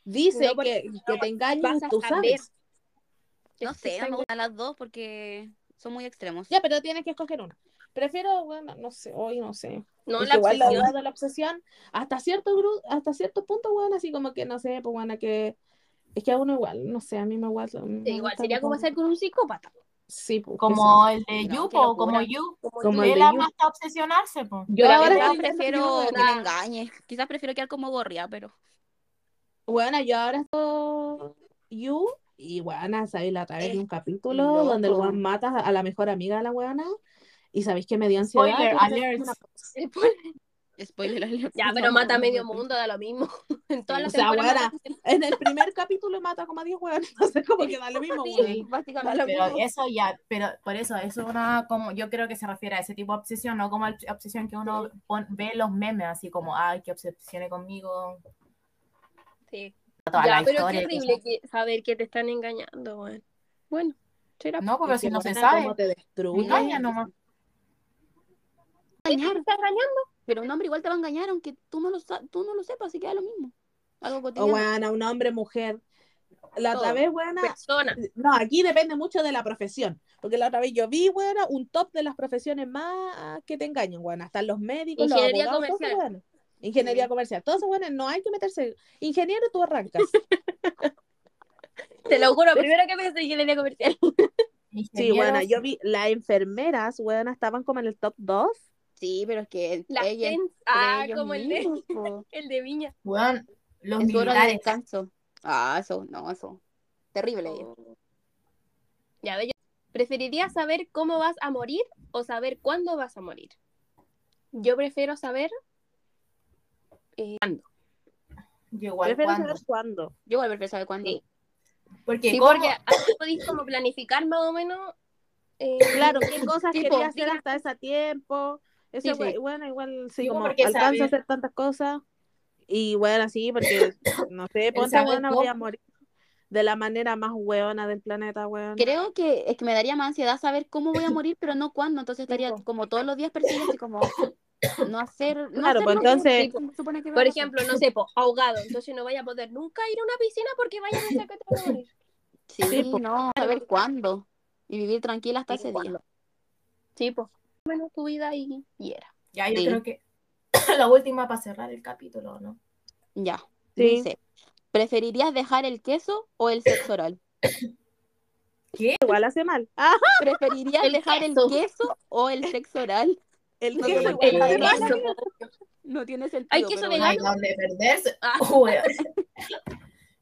S1: Dice
S2: No, porque
S1: que, que te engañan,
S2: vas a
S1: tú
S2: saber.
S1: sabes.
S3: No
S2: Es que
S3: sé, no me
S2: tengo-
S3: gustan las dos porque son muy extremos.
S1: Ya, pero tienes que escoger una. Prefiero, bueno, no sé, hoy no sé.
S2: No,
S1: Es
S2: la
S1: que igual la
S2: obsesión.
S1: weá de la obsesión, hasta cierto gru- hasta cierto punto, bueno, así como que no sé, pues bueno, que es que a uno igual, no sé, a mí me igual. me
S2: Igual
S1: gusta
S2: sería como
S1: mucho.
S2: hacer con un psicópata.
S1: Sí, pues,
S4: Como el de
S3: No,
S4: Yu,
S3: qué
S4: po, como
S3: locura.
S4: Yu.
S1: Como el
S4: Él
S1: de
S4: ama
S1: Yu.
S4: hasta obsesionarse, po.
S1: Yo
S2: Pero
S1: ahora
S2: quizás
S1: estoy viendo
S3: Quizás prefiero
S1: que
S3: que
S1: yo-
S3: me engañes. Quizás prefiero quedar como gorria, pero.
S1: Bueno, yo ahora estoy You y bueno, sabéis la otra vez
S3: Es
S1: de un capítulo
S3: loco.
S1: donde el weón mata a la mejor amiga de la weona y sabéis que me dio ansiedad.
S4: Spoiler
S1: porque soy
S4: alert.
S1: una-
S3: Spoiler alert.
S2: Ya, pero mata a medio mundo, da lo mismo. En todas las
S1: O sea,
S2: temporadas
S1: ahora- En el primer capítulo mata como a 10 weones, entonces como que da lo mismo,
S2: Sí,
S1: weón.
S2: básicamente.
S4: Pero eso ya, pero por eso, eso es una, como, yo creo que se refiere a ese tipo de obsesión, no como el- obsesión que uno pon- ve en los memes, así como, ay, que obsesione conmigo,
S2: Sí.
S4: toda
S2: ya,
S4: la historia. y
S2: pero qué
S4: todo eso.
S2: horrible que- saber que te están engañando, weón. Bueno, será.
S4: No, porque
S1: Es que,
S4: si no se
S1: weona,
S4: sabe,
S1: cómo te
S4: me
S1: destruye.
S4: engaña nomás.
S2: ¿Te está engañando?
S3: Pero un hombre igual te va a engañar, aunque tú no lo, sa- tú no lo sepas, así que da lo mismo. Algo
S1: O
S3: cotidiano.
S1: weona, un hombre, mujer. La otra
S2: Todo.
S1: vez, weona,
S2: Persona.
S1: no, aquí depende mucho de la profesión. Porque la otra vez yo vi, weona, un top de las profesiones más que te engañan, weona. Están los médicos,
S2: Ingeniería
S1: los abogados, todos esos
S2: comercial.
S1: weones. Ingeniería
S3: Sí.
S1: comercial. Todos esos weones, no hay que meterse. Ingeniero, tú arrancas.
S2: Te lo juro, primero que pensé ingeniería comercial.
S1: Sí, bueno,
S4: Ingenieros,
S1: yo vi las enfermeras, bueno, estaban como en el top 2.
S3: Sí, pero es que
S2: La
S3: ella
S2: gente. Ah, como el de, el de Viña.
S4: weón, los
S3: en su hora de
S4: militares,
S3: descanso. Ah, eso, no, eso. Terrible. ella.
S2: Ya ve, yo- ¿preferirías saber cómo vas a morir o saber cuándo vas a morir? Yo prefiero saber.
S4: yo igual,
S1: Prefiero
S4: ¿cuándo?
S1: saber cuándo.
S3: Yo igual prefiero saber cuándo.
S2: Sí.
S4: Porque,
S2: Sí,
S4: ¿cómo?
S2: porque así podéis como planificar más o menos. eh,
S1: Claro, qué cosas
S2: Tipo,
S1: quería hacer
S2: diga-
S1: hasta ese tiempo. Eso,
S3: Sí, sí.
S1: we- bueno, igual sí,
S4: Sí,
S1: como
S4: porque
S1: alcanzo
S4: saber-
S1: a hacer tantas cosas. Y bueno, sí, porque no sé, ponte
S4: saber
S1: bueno, voy a
S4: cómo.
S1: morir de la manera más hueona del planeta, weón.
S3: Creo que es que me daría más ansiedad saber cómo voy a morir, pero no cuándo. Entonces estaría como todos los días perseguida, así como no hacer. No
S1: Claro,
S3: hacer
S1: pues
S3: lo que uno
S1: entonces-
S3: se supone que va a
S2: Por
S3: hacer.
S2: ejemplo, no sé, po, ahogado. Entonces no vaya a poder nunca ir a una piscina porque vaya a pensar que te vas a morir.
S3: Sí,
S1: Sí, po.
S3: no, saber cuándo. Y vivir tranquila hasta ese día.
S2: Sí, pues. Menos tu vida y, y era.
S4: Ya, yo
S3: Sí.
S4: creo que la última para cerrar el capítulo, ¿no?
S3: Ya.
S1: Sí.
S3: Dice, ¿preferirías dejar el queso o el sexo oral?
S1: Igual hace mal. Ah,
S3: ¿Preferirías
S2: El
S3: dejar
S2: queso.
S3: el queso o el sexo oral?
S1: el
S3: No
S1: queso
S3: tiene
S1: igual hace
S3: sentido.
S1: mal.
S3: No tiene sentido.
S2: Hay queso
S3: pero
S2: vegano.
S4: Ay,
S2: Claro.
S4: donde perderse.
S2: Ah.
S4: Weón.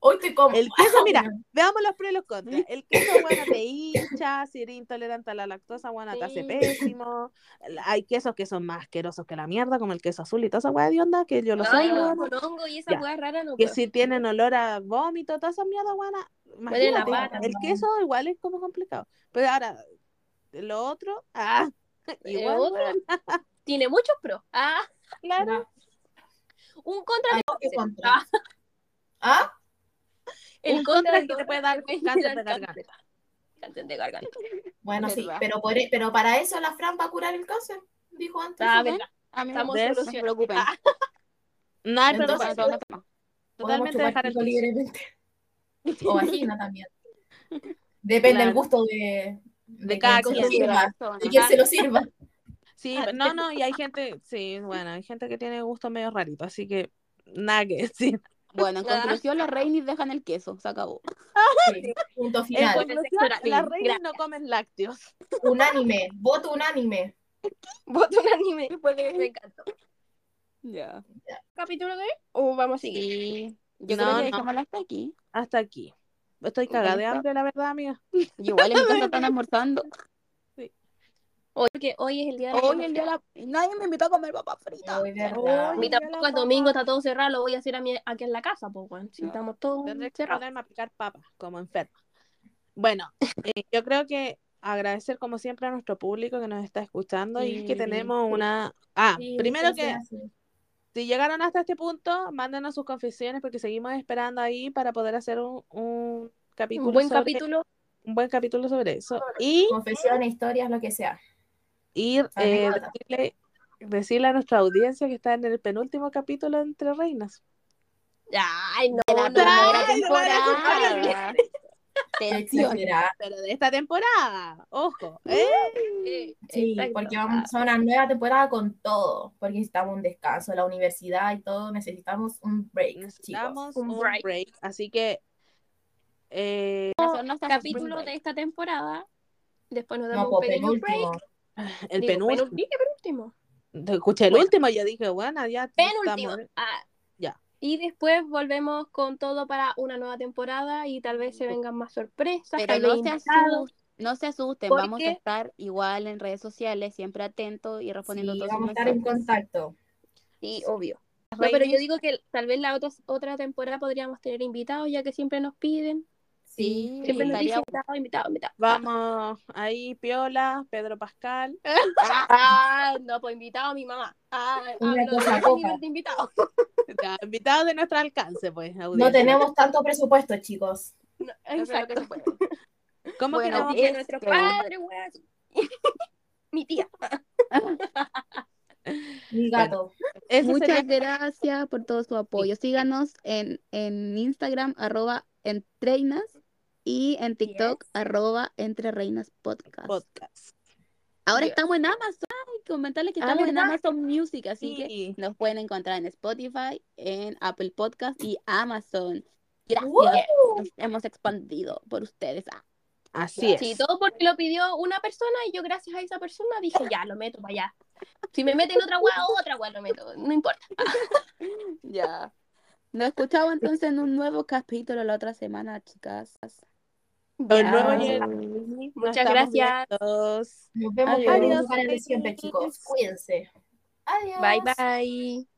S4: Hoy te como.
S1: El queso, mira, veamos los pros y los contras. El queso, bueno, te hincha, si eres intolerante a la lactosa, bueno, te hace
S2: Sí.
S1: pésimo. Hay quesos que son más asquerosos que la mierda, como el queso azul y toda esa weá de onda, que yo lo sé,
S2: Ay, no,
S1: weón.
S2: con hongo y esa
S1: Ya.
S2: hueá rara no
S1: que
S2: puedo.
S1: si tienen olor a vómito, todas esas mierdas, guana.
S2: Huele la
S1: imagínate,
S4: guata,
S1: El
S4: ¿no?
S1: queso igual es como complicado. Pero ahora, lo otro, ah, igual,
S2: otro?
S1: weón,
S2: Eh, Tiene muchos pros. Ah,
S1: claro.
S2: un contra.
S4: ¿Qué contra? ¿Ah?
S2: El
S1: Un
S2: contra
S1: contra
S2: del
S1: que te
S2: dolor
S1: puede dar
S2: puede
S1: cáncer
S2: dar
S1: de garganta.
S2: cáncer. Cáncer de garganta.
S4: Bueno, sí,
S3: Verdad.
S4: pero, por- e, pero para eso la Fran va a curar el cáncer, dijo antes.
S2: Ah,
S3: ¿ven?
S2: verdad.
S3: A mí no-
S2: Estamos
S1: de eso
S3: no se
S2: solucionando.
S3: preocupen.
S2: Ah,
S1: No hay
S4: Entonces,
S1: preocupación,
S4: yo- Podemos
S1: totalmente
S4: chupar
S1: dejar el
S4: pico
S1: queso.
S4: libremente. O vagina también. Depende
S1: Claro.
S4: del gusto de,
S1: De cada
S4: quien
S1: quien.
S4: se lo sirva. De
S3: Persona.
S4: quien se lo sirva.
S1: Sí,
S2: Claro.
S1: no, no, y hay gente, sí, bueno, hay gente que tiene gusto medio rarito, así que nada que decir.
S3: Bueno, en
S2: Ah.
S3: conclusión, los Reinis dejan el queso. Se acabó.
S4: Sí, Punto
S1: En
S4: final.
S2: bueno.
S1: conclusión,
S2: sexual,
S1: las
S2: sí,
S1: reinas no comen lácteos.
S4: Unánime. Voto unánime.
S2: Voto un anime. Me encantó.
S3: Ya.
S2: ¿Capítulo de hoy? ¿O vamos a seguir?
S3: Sí. Yo
S1: No,
S3: creo que
S1: no.
S3: dejémosla hasta aquí.
S1: Hasta aquí. Estoy cagada de hambre, la verdad, amiga.
S3: Y Igual en mi casa están almorzando.
S2: Hoy, porque hoy es el día de la
S3: Hoy el día de la... Nadie me invitó a comer papas fritas.
S4: Muy verdad.
S2: Y tampoco el domingo está todo cerrado, lo voy a hacer a mi, aquí en la casa, pues, bueno, si
S3: No.
S2: estamos todos
S1: Tendré que
S2: cerrados.
S1: ponerme a picar papas como enferma. Bueno, eh, yo creo que agradecer como siempre a nuestro público que nos está escuchando y que
S3: Sí,
S1: tenemos una... Ah,
S4: Sí,
S1: primero
S4: sí,
S1: que
S4: sí, sí.
S1: si llegaron hasta este punto, mándenos sus confesiones porque seguimos esperando ahí para poder hacer un, un capítulo.
S2: Un buen
S1: sobre-
S2: capítulo.
S1: Un buen capítulo sobre eso. Y,
S4: Confesiones, historias, lo que sea.
S1: y, eh,
S4: Anécdota.
S1: decirle, decirle a nuestra audiencia que está en el penúltimo capítulo de Entre Reinas.
S2: Ay, no,
S3: De
S2: no,
S3: la
S2: no,
S3: primera
S1: Ay, no me hagas culpable.
S3: temporada. Atención.
S4: Etcétera.
S1: Pero de esta temporada, ojo, ¿eh?
S2: eh,
S4: Sí,
S2: exacto.
S4: porque
S1: Ah.
S4: vamos a una nueva temporada con todo, porque necesitamos un descanso, la universidad y todo, necesitamos un break,
S1: Necesitamos
S2: un
S1: un
S2: break.
S1: break. Así que eh,
S3: Son nuestras
S2: capítulo
S3: spring
S2: de
S3: break.
S2: esta temporada. Después nos
S4: chicos.
S2: damos
S4: No,
S2: un
S4: pues
S2: pequeño
S4: penúltimo.
S2: break.
S1: el
S2: Digo,
S1: penúltimo.
S2: penul- dije penúltimo.
S1: Te Escuché el
S2: Bueno.
S1: último y yo dije, bueno, ya
S2: Penúltimo.
S1: estamos. ¿eh?
S2: Ah.
S1: Ya.
S2: Y después volvemos con todo para una nueva temporada y tal vez se vengan más sorpresas.
S3: Pero
S2: tal
S3: no
S2: vez
S3: se,
S2: invitados.
S3: asus- no se asusten,
S2: Porque-
S3: vamos a estar igual en redes sociales, siempre atentos y respondiendo
S4: Sí,
S3: todos sus
S4: vamos a estar en
S3: mensajes.
S4: contacto.
S2: Sí, obvio. No, pero yo digo que tal vez la otra, otra temporada podríamos tener invitados, ya que siempre nos piden.
S4: Sí,
S3: Sí,
S2: Siempre nos
S3: estaría
S2: dicen invitados, invitados, invitados.
S1: Vamos ahí, Piola, Pedro Pascal.
S2: Ah, no, pues invitado a mi mamá. Ah,
S4: Una
S2: hablo de
S4: cosa
S2: ese
S4: poca.
S2: nivel de invitado.
S1: Ya, invitados de nuestro alcance, pues.
S4: no
S1: audiencia.
S4: tenemos tanto presupuesto, chicos.
S2: No,
S3: Eso es lo que
S2: exacto.
S3: se puede.
S1: ¿Cómo
S3: Bueno,
S1: queremos
S3: sí.
S1: que
S2: Que
S3: Eso.
S2: nuestro padre, weón. Mi tía.
S4: Mi gato.
S1: ese sería
S3: Muchas gracias por todo su apoyo. Síganos en, en Instagram, arroba entreinas, y en TikTok,
S2: Yes.
S3: arroba entre reinas podcast.
S1: el podcast?
S3: Ahora
S2: Yes.
S3: estamos en Amazon. Ay, comentarles que
S2: Ah,
S3: estamos en
S2: ¿verdad?
S3: Amazon Music, así que
S1: Sí.
S3: nos pueden encontrar en Spotify, en Apple Podcast y Amazon. Gracias.
S4: ¡Woo!
S3: Nos hemos expandido por ustedes. Ah,
S1: Así es.
S2: Sí, todo porque lo pidió una persona y yo gracias a esa persona dije, ya, lo meto para allá. Si me meten otra weá, otra weá lo meto. No importa.
S3: ya. Nos escuchamos entonces en un nuevo capítulo la otra semana, chicas.
S1: Con nuevo
S4: Ya.
S1: y-
S2: Muchas
S1: Nos estamos
S2: gracias.
S1: viendo.
S4: Nos vemos
S3: Adiós.
S4: para el siempre,
S1: Adiós.
S4: chicos. Cuídense. Adiós.
S2: Bye, bye.